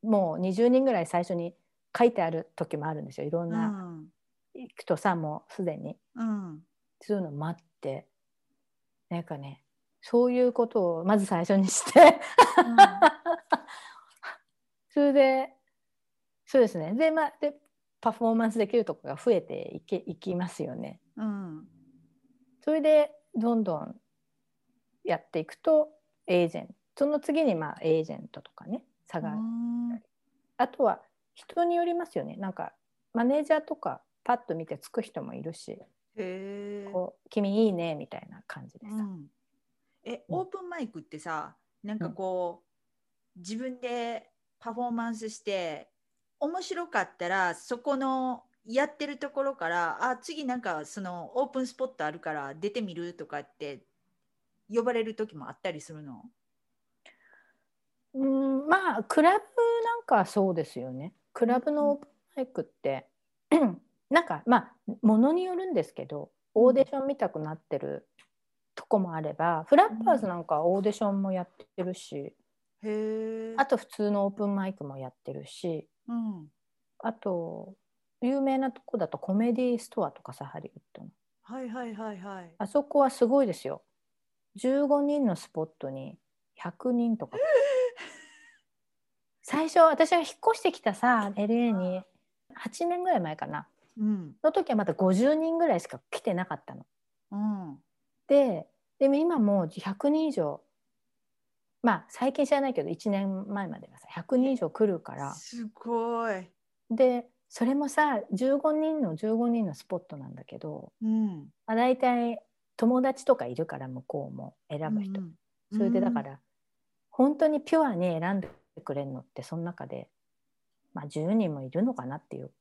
S3: もう20人ぐらい最初に書いてある時もあるんですよいろ
S2: うん
S3: な、
S2: ん
S3: 行くとさもうすでに
S2: うん
S3: そういうの待ってなんかねそういうことをまず最初にして それでそうですねで,、まあ、でパフォーマンスできるとこが増えていけいきますよね。
S2: うん
S3: それでどんどんやっていくとエージェントその次にまあエージェントとかね差がある、
S2: うん
S3: あとは人によりますよねなんかマネージャーとかパッと見てつく人もいるし
S2: へえ
S3: こう君いいねみたいな感じでさ、
S2: うんえ
S3: うん
S2: オープンマイクってさなんかこう、自分でパフォーマンスして面白かったらそこのやってるところからあ次なんかそのオープンスポットあるから出てみるとかって呼ばれる時もあったりするの
S3: うん、まあクラブなんかそうですよねクラブのオープンマイクって、 なんかまあものによるんですけどオーディション見たくなってるとこもあればフラッパーズなんかオーディションもやってるし、
S2: へえ
S3: あと普通のオープンマイクもやってるし
S2: うん
S3: あと有名なとこだとコメディストアとかさハリウッドの
S2: はいはいはいはい
S3: あそこはすごいですよ15人のスポットに100人とか最初私が引っ越してきたさ LA に8年ぐらい前かな
S2: うん
S3: の時はまだ50人ぐらいしか来てなかったの
S2: うん
S3: ででも今もう100人以上まあ最近知らないけど1年前まではさ100人以上来るから
S2: すごい
S3: でそれもさ15人の15人のスポットなんだけど、
S2: うん
S3: まあ、大体友達とかいるから向こうも選ぶ人、
S2: うん
S3: それでだから、本当にピュアに選んでくれるのってその中で、まあ、10人もいるのかなっていう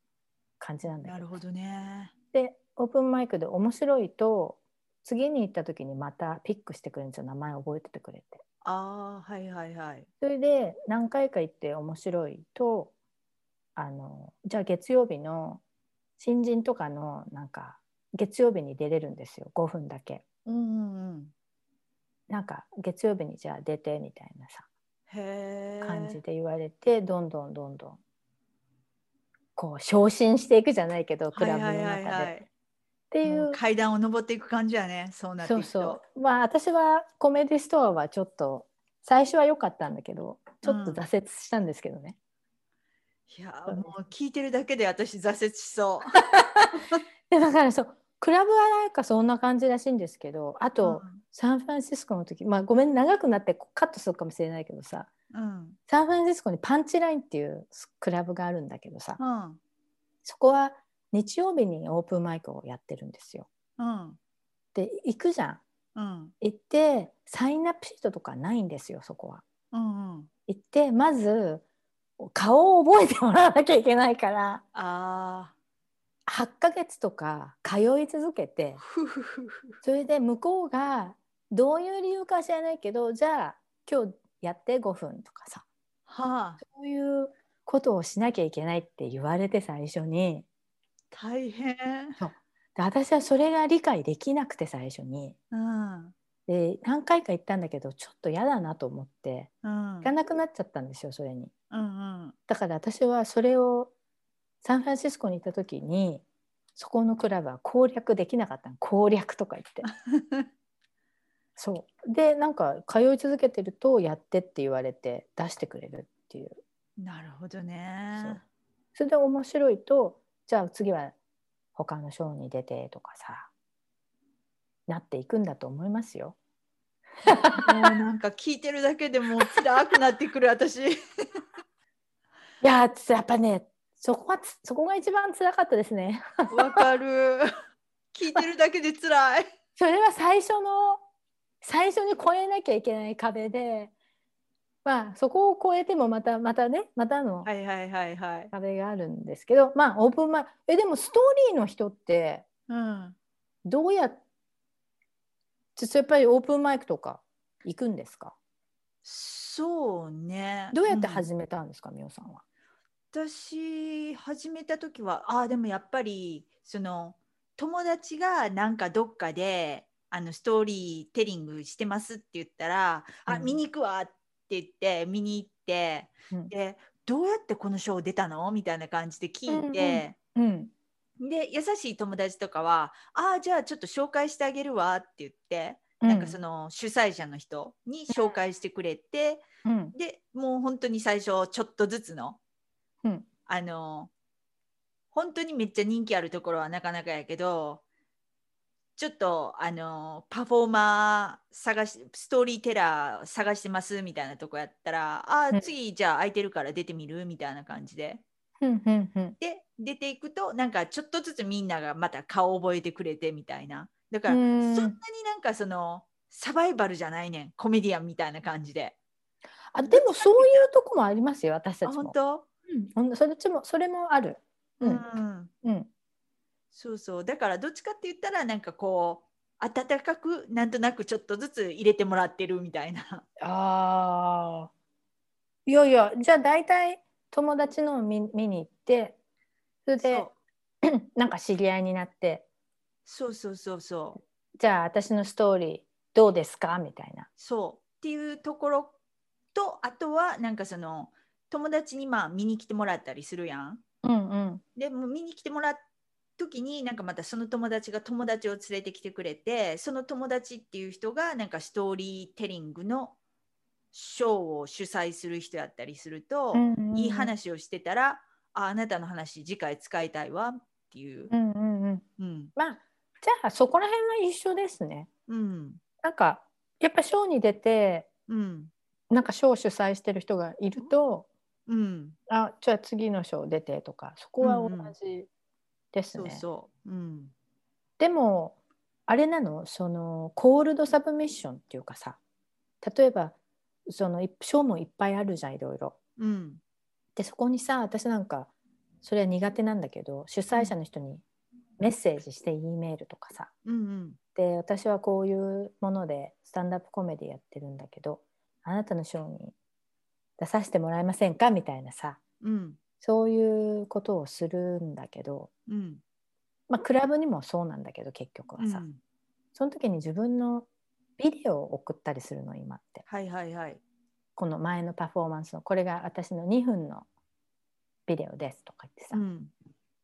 S3: 感じなんだ
S2: な
S3: け
S2: る
S3: ど
S2: ほどね
S3: でオープンマイクで面白いと次に行った時にまたピックしてくれるんですよ名前覚えててくれて。
S2: ああはいはいはい
S3: それで何回か行って面白いとあのじゃあ月曜日の新人とかのなんか月曜日に出れるんですよ5分だけ
S2: うんうんうん
S3: なんか月曜日にじゃあ出てみたいなさ
S2: へえ
S3: 感じで言われてどんどんどんどんこう昇進していくじゃないけどクラブの
S2: は
S3: 中
S2: い
S3: で、
S2: はいはいはい
S3: ってい
S2: も
S3: う
S2: う階段を登っていく感じやねそうなってい
S3: そう
S2: くと
S3: そうまあ私はコメディストアはちょっと最初は良かったんだけどちょっと挫折したんですけどね、
S2: いや
S3: そう
S2: ー
S3: ね
S2: もう聞いてるだけで私挫折しそう
S3: でだからそうクラブはなんかそんな感じらしいんですけどあと、サンフランシスコの時まあごめん長くなってカットするかもしれないけどさ
S2: うんうん
S3: サンフランシスコにパンチラインっていうクラブがあるんだけどさ
S2: うん
S3: そこは日曜日にオープンマイクをやってるんですよ。
S2: うん
S3: で行くじゃん
S2: うん
S3: 行ってサインアップシートとかないんですよそこは。
S2: うんうん
S3: 行ってまず顔を覚えてもらわなきゃいけないから
S2: あ
S3: 8ヶ月とか通い続けて
S2: ーふふふふ
S3: それで向こうがどういう理由かは知らないけどじゃあ今日やって5分とかさ
S2: はあ
S3: そういうことをしなきゃいけないって言われて最初に
S2: 大変
S3: で私はそれが理解できなくて最初に
S2: うん
S3: で何回か行ったんだけどちょっと嫌だなと思って
S2: うん
S3: 行かなくなっちゃったんですよそれに。
S2: うんうん
S3: だから私はそれをサンフランシスコに行った時にそこのクラブは攻略できなかったの攻略とか言ってそうでなんか通い続けてるとやってって言われて出してくれるっていう
S2: なるほど
S3: そう
S2: ね
S3: それで面白いとじゃあ次は他のショーに出てとかさなっていくんだと思いますよ。
S2: もうなんか聞いてるだけでもう辛くなってくる 私
S3: いやーつやっぱねそこがつそこが一番辛かったですね。
S2: わかる 聞いてるだけで辛い
S3: それは最初の最初に越えなきゃいけない壁でまあそこを越えてもまたまたねまたの
S2: はいはいはいはい
S3: 壁があるんですけど、まあオープンマイえでもストーリーの人って
S2: うん
S3: どうやってやっぱりオープンマイクとか行くんですか
S2: そうね。
S3: どうやって
S2: ん
S3: 始めたんですか、みおさんは。
S2: 私始めた時はああでもやっぱりその友達がなんかどっかであのストーリーテリングしてますって言ったら「あ
S3: うん
S2: 見に行くわ」って言って見に行って、
S3: うん
S2: で「どうやってこのショー出たの?」みたいな感じで聞いて、
S3: うん。
S2: で優しい友達とかは「ああじゃあちょっと紹介してあげるわ」って言って、なんかそ
S3: の、
S2: の主催者の人に紹介してくれて。
S3: うん。
S2: でもう本当に最初ちょっとずつの、
S3: うん
S2: あの本当にめっちゃ人気あるところはなかなかやけどちょっとあのパフォーマー探しストーリーテラー探してますみたいなとこやったらあ
S3: う
S2: ー
S3: ん
S2: 次じゃあ空いてるから出てみるみたいな感じで
S3: うん。うん。うん。
S2: で出ていくとなんかちょっとずつみんながまた顔覚えてくれてみたいなだから
S3: う
S2: そん
S3: ん
S2: なになんかそのサバイバルじゃないねんコメディアンみたいな感じで。
S3: あ、でも、そういうとこもありますよ、私
S2: あ
S3: たち
S2: 本
S3: も。
S2: 当
S3: うんほんと、それちも、それもある。
S2: う
S3: うんん。うん。
S2: そうそうだからどっちかって言ったらなんかこう温かくなんとなくちょっとずつ入れてもらってるみたいな
S3: ああ。いやいや、じゃあ、大体、友達のを見、見に行って。それで、 なんか知り合いになって。
S2: そうそうそうそうそう
S3: じゃあ、私のストーリー、どうですかみたいな。
S2: そうっていうところとあとはなんかその友達にまあ見に来てもらったりするやん
S3: うん。うん。
S2: でもう見に来てもらう時になんかまたその友達が友達を連れてきてくれてその友達っていう人がなんかストーリーテリングのショーを主催する人やったりすると、
S3: うんうんうん
S2: いい話をしてたらああなたの話次回使いたいわっていう
S3: う、ん。うん。うん。
S2: うん
S3: まあ、じゃあ、そこら辺は一緒ですね。
S2: うん
S3: なんかやっぱショーに出て
S2: うん
S3: なんかショーを主催してる人がいると
S2: うん、
S3: あじゃあ次のショー出てとかそこは同じですね。
S2: そうそう、うん、
S3: でもあれなのそのコールドサブミッションっていうかさ例えばそのいショーもいっぱいあるじゃんいろいろ。
S2: うん
S3: でそこにさ私なんかそれは苦手なんだけど主催者の人にメッセージして E メールとかさ
S2: うん
S3: で私はこういうものでスタンダップコメディやってるんだけどあなたのショーに出させてもらえませんかみたいなさ
S2: うんうん
S3: そういうことをするんだけど、
S2: うん
S3: まあ、クラブにもそうなんだけど結局
S2: う
S3: はさ、
S2: ん
S3: その時に自分のビデオを送ったりするの今って
S2: はいはいはい
S3: この前のパフォーマンスのこれが私の2分のビデオですとか言ってさ、
S2: うん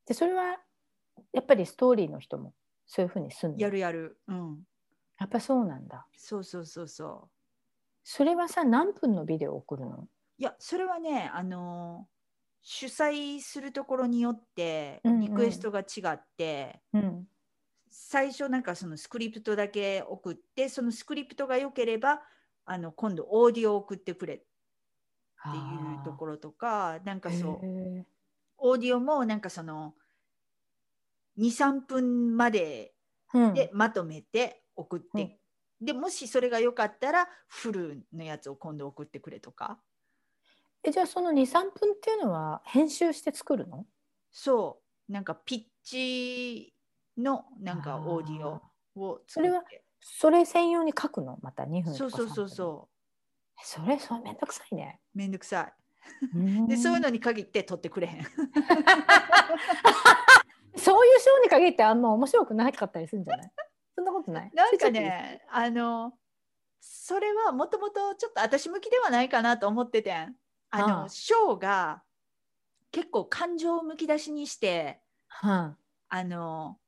S3: でそれはやっぱりストーリーの人もそういうふうにすんの
S2: や
S3: や
S2: るやるうん
S3: っぱそうなんだ
S2: そうそうそうそう
S3: それはさ何分のビデオを送るの
S2: いやそれはねあのー主催するところによって
S3: うんうん
S2: リクエストが違って、
S3: うん
S2: 最初なんかそのスクリプトだけ送ってそのスクリプトが良ければあの今度オーディオを送ってくれって
S3: って
S2: いうところとかなんかそう
S3: う。
S2: オーディオもなんかその23分まで
S3: うん、
S2: でまとめて送って、
S3: うん
S2: でもしそれが良かったらフルのやつを今度送ってくれとか
S3: えじゃあその23分っていうのは編集して作るの
S2: そうなんかピッチのなんかオーディオを作って
S3: それはそれ専用に書くのまた2分
S2: そうそうそう
S3: う
S2: そ
S3: それそれめんどくさい ね。
S2: うめんどくさい。
S3: で
S2: でそういうのに限って取ってくれへん。
S3: そういうショーに限ってあんま面白くなかったりするんじゃないそんなことない
S2: なんかね あのそれはもともとちょっと私向きではないかなと思っててんあの
S3: ああ
S2: ショーが結構感情をむき出しにして
S3: は
S2: あの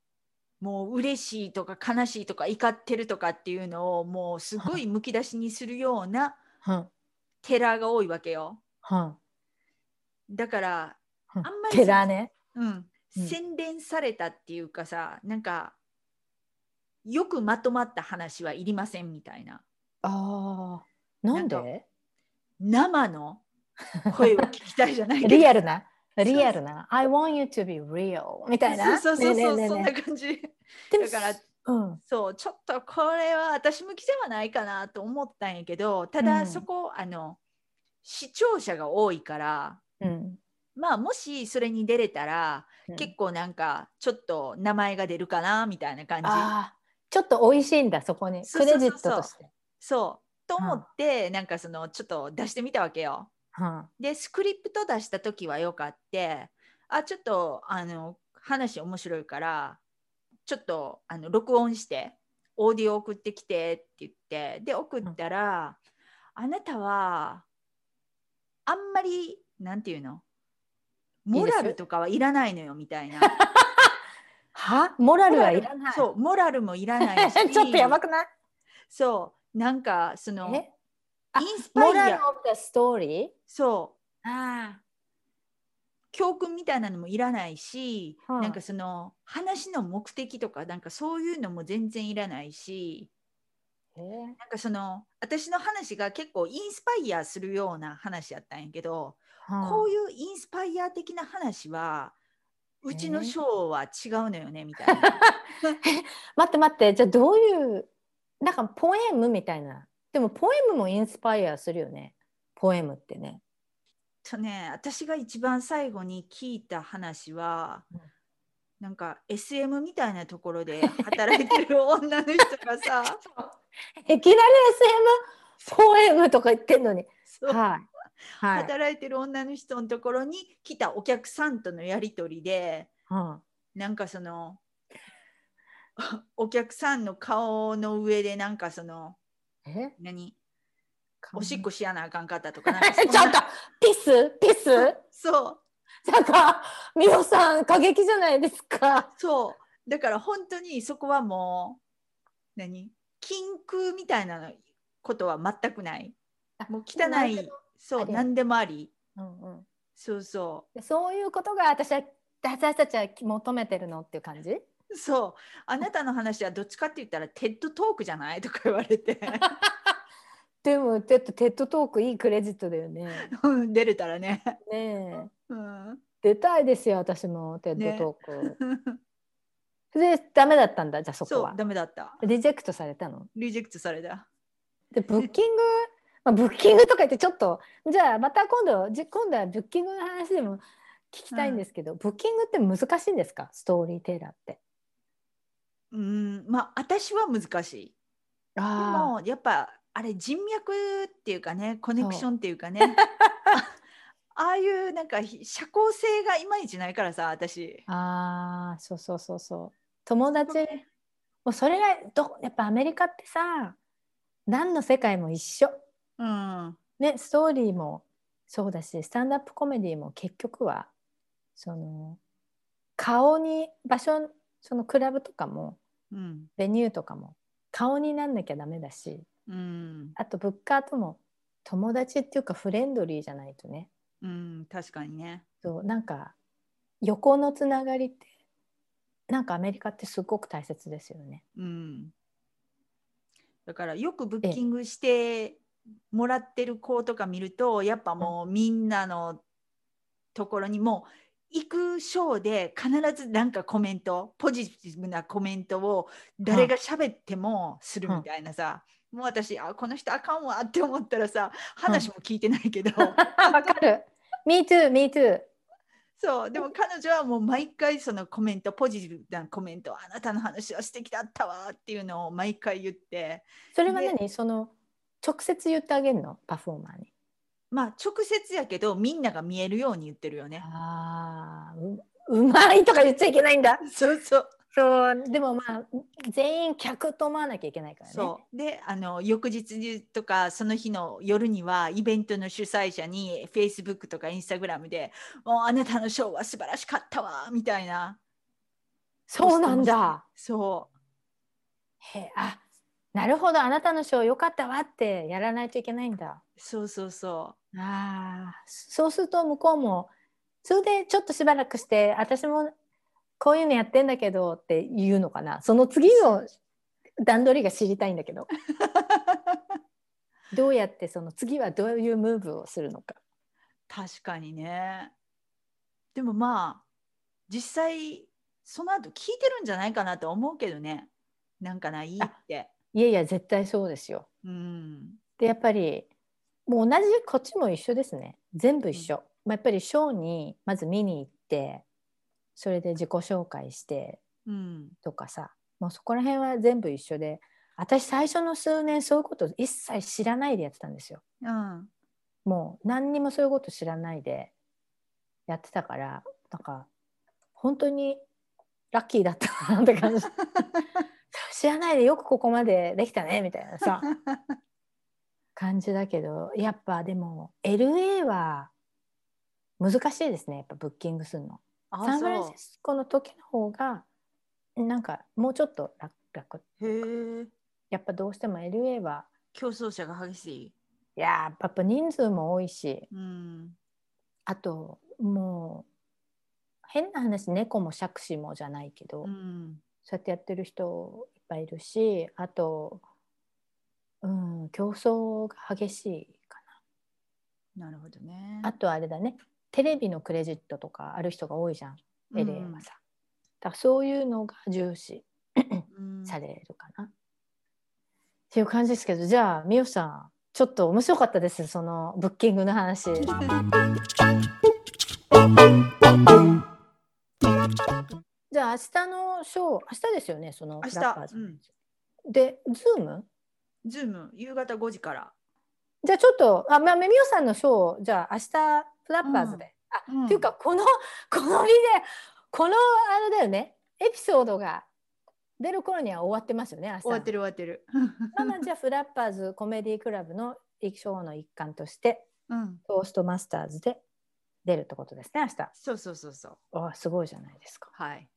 S2: もう嬉しいとか悲しいとか怒ってるとかっていうのをもうすごいむき出しにするような
S3: あは
S2: テラーが多いわけよ
S3: あは
S2: だから
S3: あ
S2: あんまり
S3: テラーね。
S2: うん、
S3: うん
S2: 洗練されたっていうかさなんかよくまとまった話はいりませんみたいな
S3: ああなん
S2: なん
S3: で
S2: 生の声を聞きたいじゃないけど
S3: リアルなリアルな「I want you to be real」みたいな。
S2: そうそうそう
S3: ね
S2: そ
S3: え
S2: う、
S3: ねえね
S2: そ
S3: え
S2: ん
S3: ね
S2: な感じ
S3: え
S2: だから
S3: でもうん
S2: そうちょっとこれは私向きではないかなと思ったんやけどただ
S3: うん
S2: そこ、あの視聴者が多いから
S3: うん
S2: まあもしそれに出れたら、
S3: うん
S2: 結構なんかちょっと名前が出るかなみたいな感じ
S3: ああちょっと美味しいんだそこに
S2: そう
S3: ク
S2: そうそ
S3: レ
S2: う
S3: ジ
S2: そう
S3: ットとして
S2: そと思って、なんかそのちょっと出してみたわけよ。
S3: は
S2: でスクリプト出した時はよかってあちょっとあの話面白いからちょっとあの録音してオーディオ送ってきてって言ってで送ったら、あなたはあんまりなんていうの
S1: いい
S2: モ
S1: です
S2: ラルとかはいらないのよみたいな
S3: はモラルはいらない。
S2: そうモラルもいらないし
S3: ちょっとやばくない
S2: そうなんかそのイン
S3: えあ
S2: スパ
S3: モ
S2: イ
S3: ラル
S2: ア
S3: オブザストーリー
S2: そう
S3: あ
S2: 教訓みたいなのもいらないし、
S3: はい
S2: なんかその話の目的とかなんかそういうのも全然いらないし
S3: あ。え
S2: なんかその私の話が結構インスパイアするような話やったんやけど、こういうインスパイア的な話はうちのショーは違うのよねみたいな。
S3: 待って待ってじゃあどういうなんかポエムみたいなでもポエムもインスパイアするよねポエムってね。
S2: とね私が一番最後に聞いた話は、
S3: うん
S2: なんか SM みたいなところで働いてる女の人 がさ
S3: いきなり SM ポエムとか言ってんのに。
S2: そう
S3: はい。はい。
S2: 働いてる女の人のところに来たお客さんとのやり取りで
S3: うん
S2: なんかその お客さんの顔の上でなんかその
S3: え
S2: 何おしっこしやなあかんかったとかなんか
S3: え
S2: そ ん
S3: ちょっ
S2: な
S3: とピスピス
S2: そう
S3: なんか美穂さん過激じゃないですか。
S2: そうだから本当にそこはもう何禁句みたいなのことは全くないもう汚
S3: なんで
S2: い
S3: も
S2: そう
S3: あり
S2: 何でもあり
S3: うんうん
S2: そうそ
S3: で、そういうことが私は私たちは求めてるのっていう感じ
S2: うそうあなたの話はどっちかって言ったらテッドトークじゃないとか言わ れて。
S3: でもちょっとテッドトークいいクレジットだよね。ね
S2: うん 出れたらね。
S3: え
S2: うん、
S3: 出たいですよ私もテッ
S2: ね
S3: ドトーク。 でダメだったんだじゃあそこ
S2: そう
S3: は。
S2: ダメだった。
S3: リジェクトされたの
S2: リジェクトされた。
S3: でブッキング、まあ、ブッキングとか言ってちょっとじゃあまた今度じ今度はブッキングの話でも聞きたいんですけど、ブッキングって難しいんですかストーリーテイラーって。
S2: うんまあ私は難しい。で
S3: あ
S2: もやっぱあれ人脈っていうかねコネクションっていうかね あああいうなんかひ社交性がいまいちないからさ 私。
S3: あーそうそうそうそう。友達もうそれがどやっぱアメリカってさ何の世界も一緒。
S2: うん
S3: ね、ストーリーもそうだしスタンダップコメディも結局はその顔に場所そのクラブとかも
S2: うん
S3: ベニューとかも顔になんなきゃダメだし
S2: うん
S3: あとブッカーとも友達っていうかフレンドリーじゃないとね
S2: うん確かにね。
S3: そうなんか横のつながりってなんかアメリカってすごく大切ですよね。
S2: うんだからよくブッキングしてもらってる子とか見るとやっぱもうみんなのところにもう行くショーで必ずなんかコメントポジティブなコメントを誰が喋ってもするみたいなさ、もう私あこの人あかんわって思ったらさ話も聞いてないけど、
S3: わかる Me too, me too.
S2: そうでも彼女はもう毎回そのコメントポジティブなコメントあなたの話は素敵だったわっていうのを毎回言って。
S3: それは何、その直接言ってあげるのパフォーマーに。
S2: まあ直接やけどみんなが見えるように言ってるよね。
S3: ああ、ううまいとか言っちゃいけないんだ。
S2: そうそう。
S3: そう、でもまあ、全員客と思わなきゃいけないからね。
S2: そうであの翌日とかその日の夜にはイベントの主催者に Facebook とか Instagram で「もうあなたのショーは素晴らしかったわ」みたいな。
S3: そうなんだ。
S2: そ
S3: へえあ、なるほど、あなたのショー良かったわってやらないといけないんだ。
S2: うそうそう そ
S3: ああ、そうすると向こうも、それでちょっとしばらくして、私もこういうのやってんだけどって言うのかな。その次の段取りが知りたいんだけど。
S2: う。
S3: どうやってその次はどういうムーブをするのか。
S2: 確かにね。でもまあ実際その後聞いてるんじゃないかなと思うけどね。なんかないって。
S3: いやいや、絶対そうですよ。
S2: うん。
S3: でやっぱりもう同じこっちも一緒ですね全部一緒、まあ、やっぱりショーにまず見に行ってそれで自己紹介して
S2: うん。
S3: とかさもうそこら辺は全部一緒で私最初の数年そういうこと一切知らないでやってたんですよ。
S2: うん
S3: もう何にもそういうこと知らないでやってたからなんか本当にラッキーだったなって感じ知らないでよくここまでできたねみたいなさ感じだけどやっぱでも LA は難しいですねやっぱブッキングするの。
S2: あ
S3: サンフラン
S2: そ
S3: シスコの時の方がなんかもうちょっと楽楽
S2: うへえ
S3: やっぱどうしても LA は
S2: 競争者が激しい
S3: いやーやっぱ人数も多いし
S2: うん
S3: あともう変な話猫も杓子もじゃないけど、
S2: うん
S3: そうやってやってる人いっぱいいるしあと、うん、競争が激しいか
S2: なるほどね
S3: なあとあれだねテレビのクレジットとかある人が多いじゃん LA はさ、だからそういうのが重視
S2: うん
S3: されるかな、っていう感じですけどじゃあみよさんちょっと面白かったですそのブッキングの話じゃあ明日のショー明日ですよねその
S2: 明日
S3: フラッパーズのやつでズーム
S2: ズーム夕方5時から
S3: じゃあちょっとあまあみよさんのショーをじゃあ明日フラッパーズで、あ
S2: うん
S3: っていうかこの このリレーこのあれだよねエピソードが出る頃には 終わってますよね明日
S2: 終わってる終わってる
S3: ママじゃあフラッパーズコメディクラブの一章の一環として
S2: うん
S3: トーストマスターズで出るってことですね明日
S2: そうそうそうそう
S3: わあすごいじゃないですか
S2: はい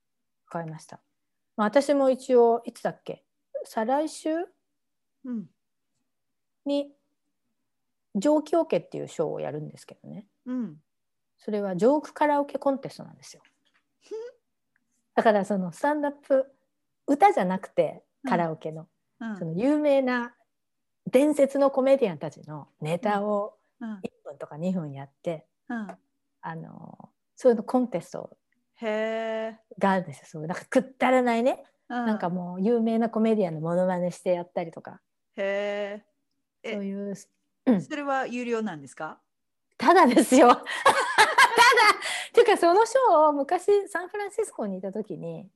S3: わかりました、まあ、私も一応いつだっけ再来週
S2: うん
S3: に上京家っていうショーをやるんですけどね
S2: うん
S3: それはジョークカラオケコンテストなんですよだからそのスタンダップ歌じゃなくてカラオケの、
S2: う
S3: そ
S2: ん
S3: の有名な伝説のコメディアンたちのネタを
S2: うん
S3: 1分とか2分やって、
S2: うん
S3: あのそういうのコンテスト
S2: へえ
S3: があるんですよそうなんかくったらないね、
S2: な
S3: なんかもう有名なコメディアンのモノマネしてやったりとか
S2: へえ
S3: そういう
S2: えそれは有料なんですか
S3: ただですよ ただっていうかそのショーを昔サンフランシスコにいた時に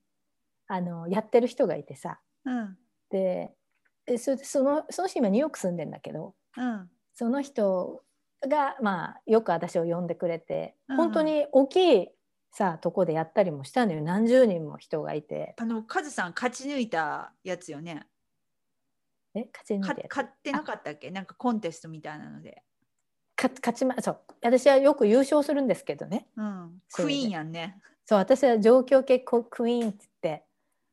S3: あのやってる人がいてさ
S2: うん
S3: でえそれでそのその人今ニューヨーク住んでんだけど
S2: うん
S3: その人が、まあ、よく私を呼んでくれて
S2: うん
S3: 本当に大きいさとこでやったりもしたのよ何十人も人がいて
S2: あのカズさん勝ち抜いたやつよね
S3: え勝ち抜い
S2: か
S3: てやった
S2: 買ってなかったっけなんかコンテストみたいなので
S3: か勝ちまそう私はよく優勝するんですけどね
S2: うん
S3: それ
S2: ク
S3: で
S2: イーンやんね
S3: そう私は状況系コクイーンって言って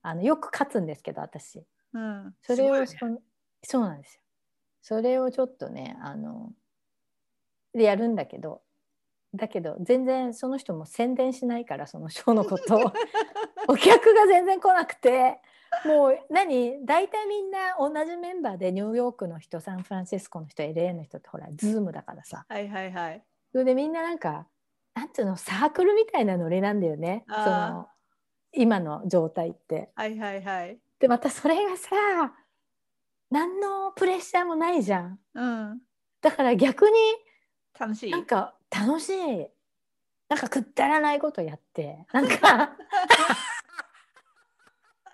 S3: あのよく勝つんですけど私
S2: うん
S3: それを
S2: す
S3: そ,、そうなんですよそれをちょっとねあのでやるんだけどだけど全然その人も宣伝しないからそのショーのこと をお客が全然来なくてもう何大体みんな同じメンバーでニューヨークの人サンフランシスコの人 LA の人ってほらズームだからさ
S2: ごいねはいはいはい
S3: それでみんななんかなんつうのサークルみたいなノリなんだよねそ
S2: あー
S3: の今の状態って。
S2: はいはいはい
S3: でまたそれがさ何のプレッシャーもないじゃん。
S2: うん
S3: だから逆に
S2: 楽しい
S3: なんか楽しいなんかくだらないことやってなん かそ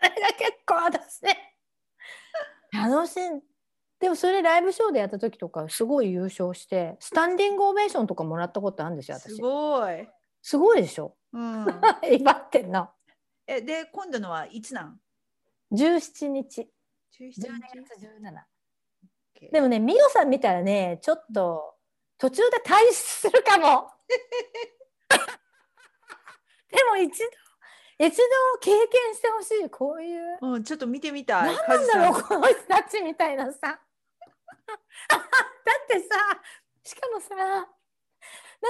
S3: れが結構私楽しいでもそれライブショーでやった時とかすごい優勝してスタンディングオベーションとかもらったことあるんですよ私
S2: すごい
S3: すごいでしょ
S2: うん
S3: 威張ってんの
S2: えで今度のはいつなん
S3: 17日
S2: 17日
S3: 12月17で
S2: でも
S3: もね、ミオさん見たらね、ちょっと途中で退出するかも。でも一度、一度経験してほしい、こういう。
S2: うんちょっと見てみたい
S3: な
S2: カ
S3: ん
S2: ズ
S3: だ
S2: さ
S3: ろ
S2: ん
S3: う、この人たちみたいなさ。 だってさ、しかもさ、な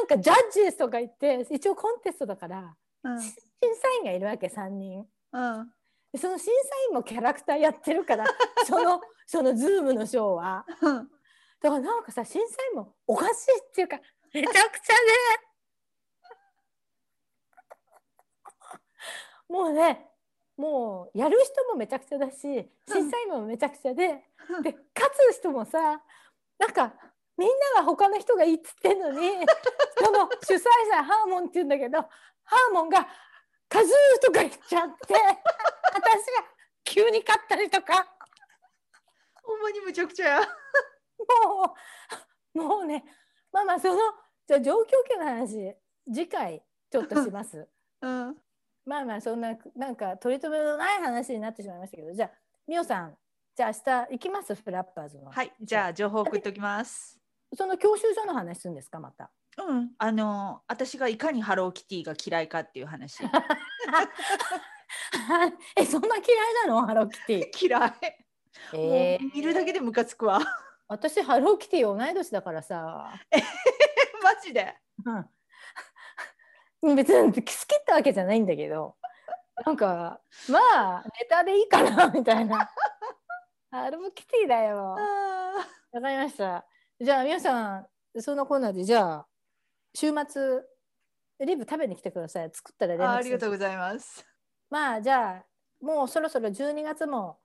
S3: んかジャッジとか言って、一応コンテストだから、
S2: うん
S3: 審査員がいるわけ、3人。
S2: うん
S3: でその審査員もキャラクターやってるから、その、そのズームのショーは。
S2: うん
S3: だからなんかさ審査員もおかしいっていうかめちゃくちゃね もうねもうやる人もめちゃくちゃだし審査員もめちゃくちゃで
S2: うん
S3: で勝つ人もさなんかみんなは他の人がいいっつってん のにその主催者ハーモンって言うんだけどハーモンが「カズ ー」とか言っちゃって私が急に勝ったりとか。
S2: ほんまにむちゃくちゃや。
S3: もう もうねまあまあそのじゃあ上京家の話次回ちょっとします
S2: うん。
S3: まあまあそんななんか取り留めのない話になってしまいましたけどじゃあみおさんじゃあ明日行きますフラッパーズの、
S2: はい、じゃあ情報送っておきます。
S3: その教習所の話するんですかまた
S2: うん、あの私がいかにハローキティが嫌いかっていう話
S3: えそんな嫌いなのハローキテ
S2: 嫌い、
S3: ィ
S2: え
S3: えー
S2: 見るだけでムカつくわ マ
S3: 私ハローキティ同い年だからさ
S2: ジで
S3: うん 別に好きってわけじゃないんだけどなんかまあネタでいいかなみたい なハローキティだよ
S2: あ
S3: わかりましたじゃあ皆さんそんなこんなでじゃあ週末リブ食べに来てください作ったら
S2: ー
S3: 連
S2: あーあ
S3: 絡
S2: りがとう
S3: う
S2: ございます
S3: まあじゃあもうそろそろ12月も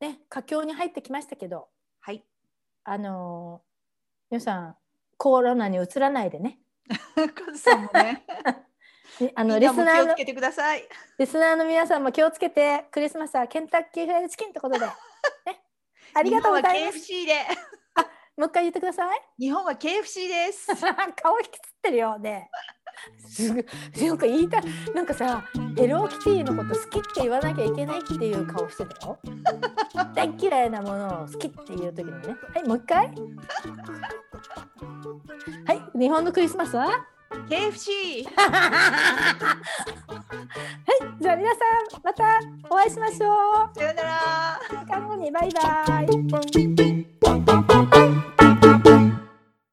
S3: ね佳境に入ってきましたけど
S2: はい
S3: あのー皆さんコロナにうつらないでね
S2: カズさんもね
S3: ねあ
S2: あ
S3: の
S2: の
S3: リ
S2: リ
S3: ス
S2: スナ
S3: ナ
S2: ー
S3: ー
S2: も
S3: の
S2: 気をつけてください
S3: リスナーの皆さんも気をつけて、クリスマスはケンタッキーフライドチキンってことで。ね、ありがとうございます。
S2: 日本は KFC で
S3: もう一回言ってください。
S2: 日本は KFC です
S3: 顔引きつってるよね。すぐなんか言いたいなんかさヘローキティのこと好きって言わなきゃいけないっていう顔してたよ大嫌いなものを好きっていう時にねはいもう一回はい日本のクリスマスは
S2: KFC
S3: はいじゃあ皆さんまたお会いしましょう
S2: さようなら
S3: 1週間後にバイバイ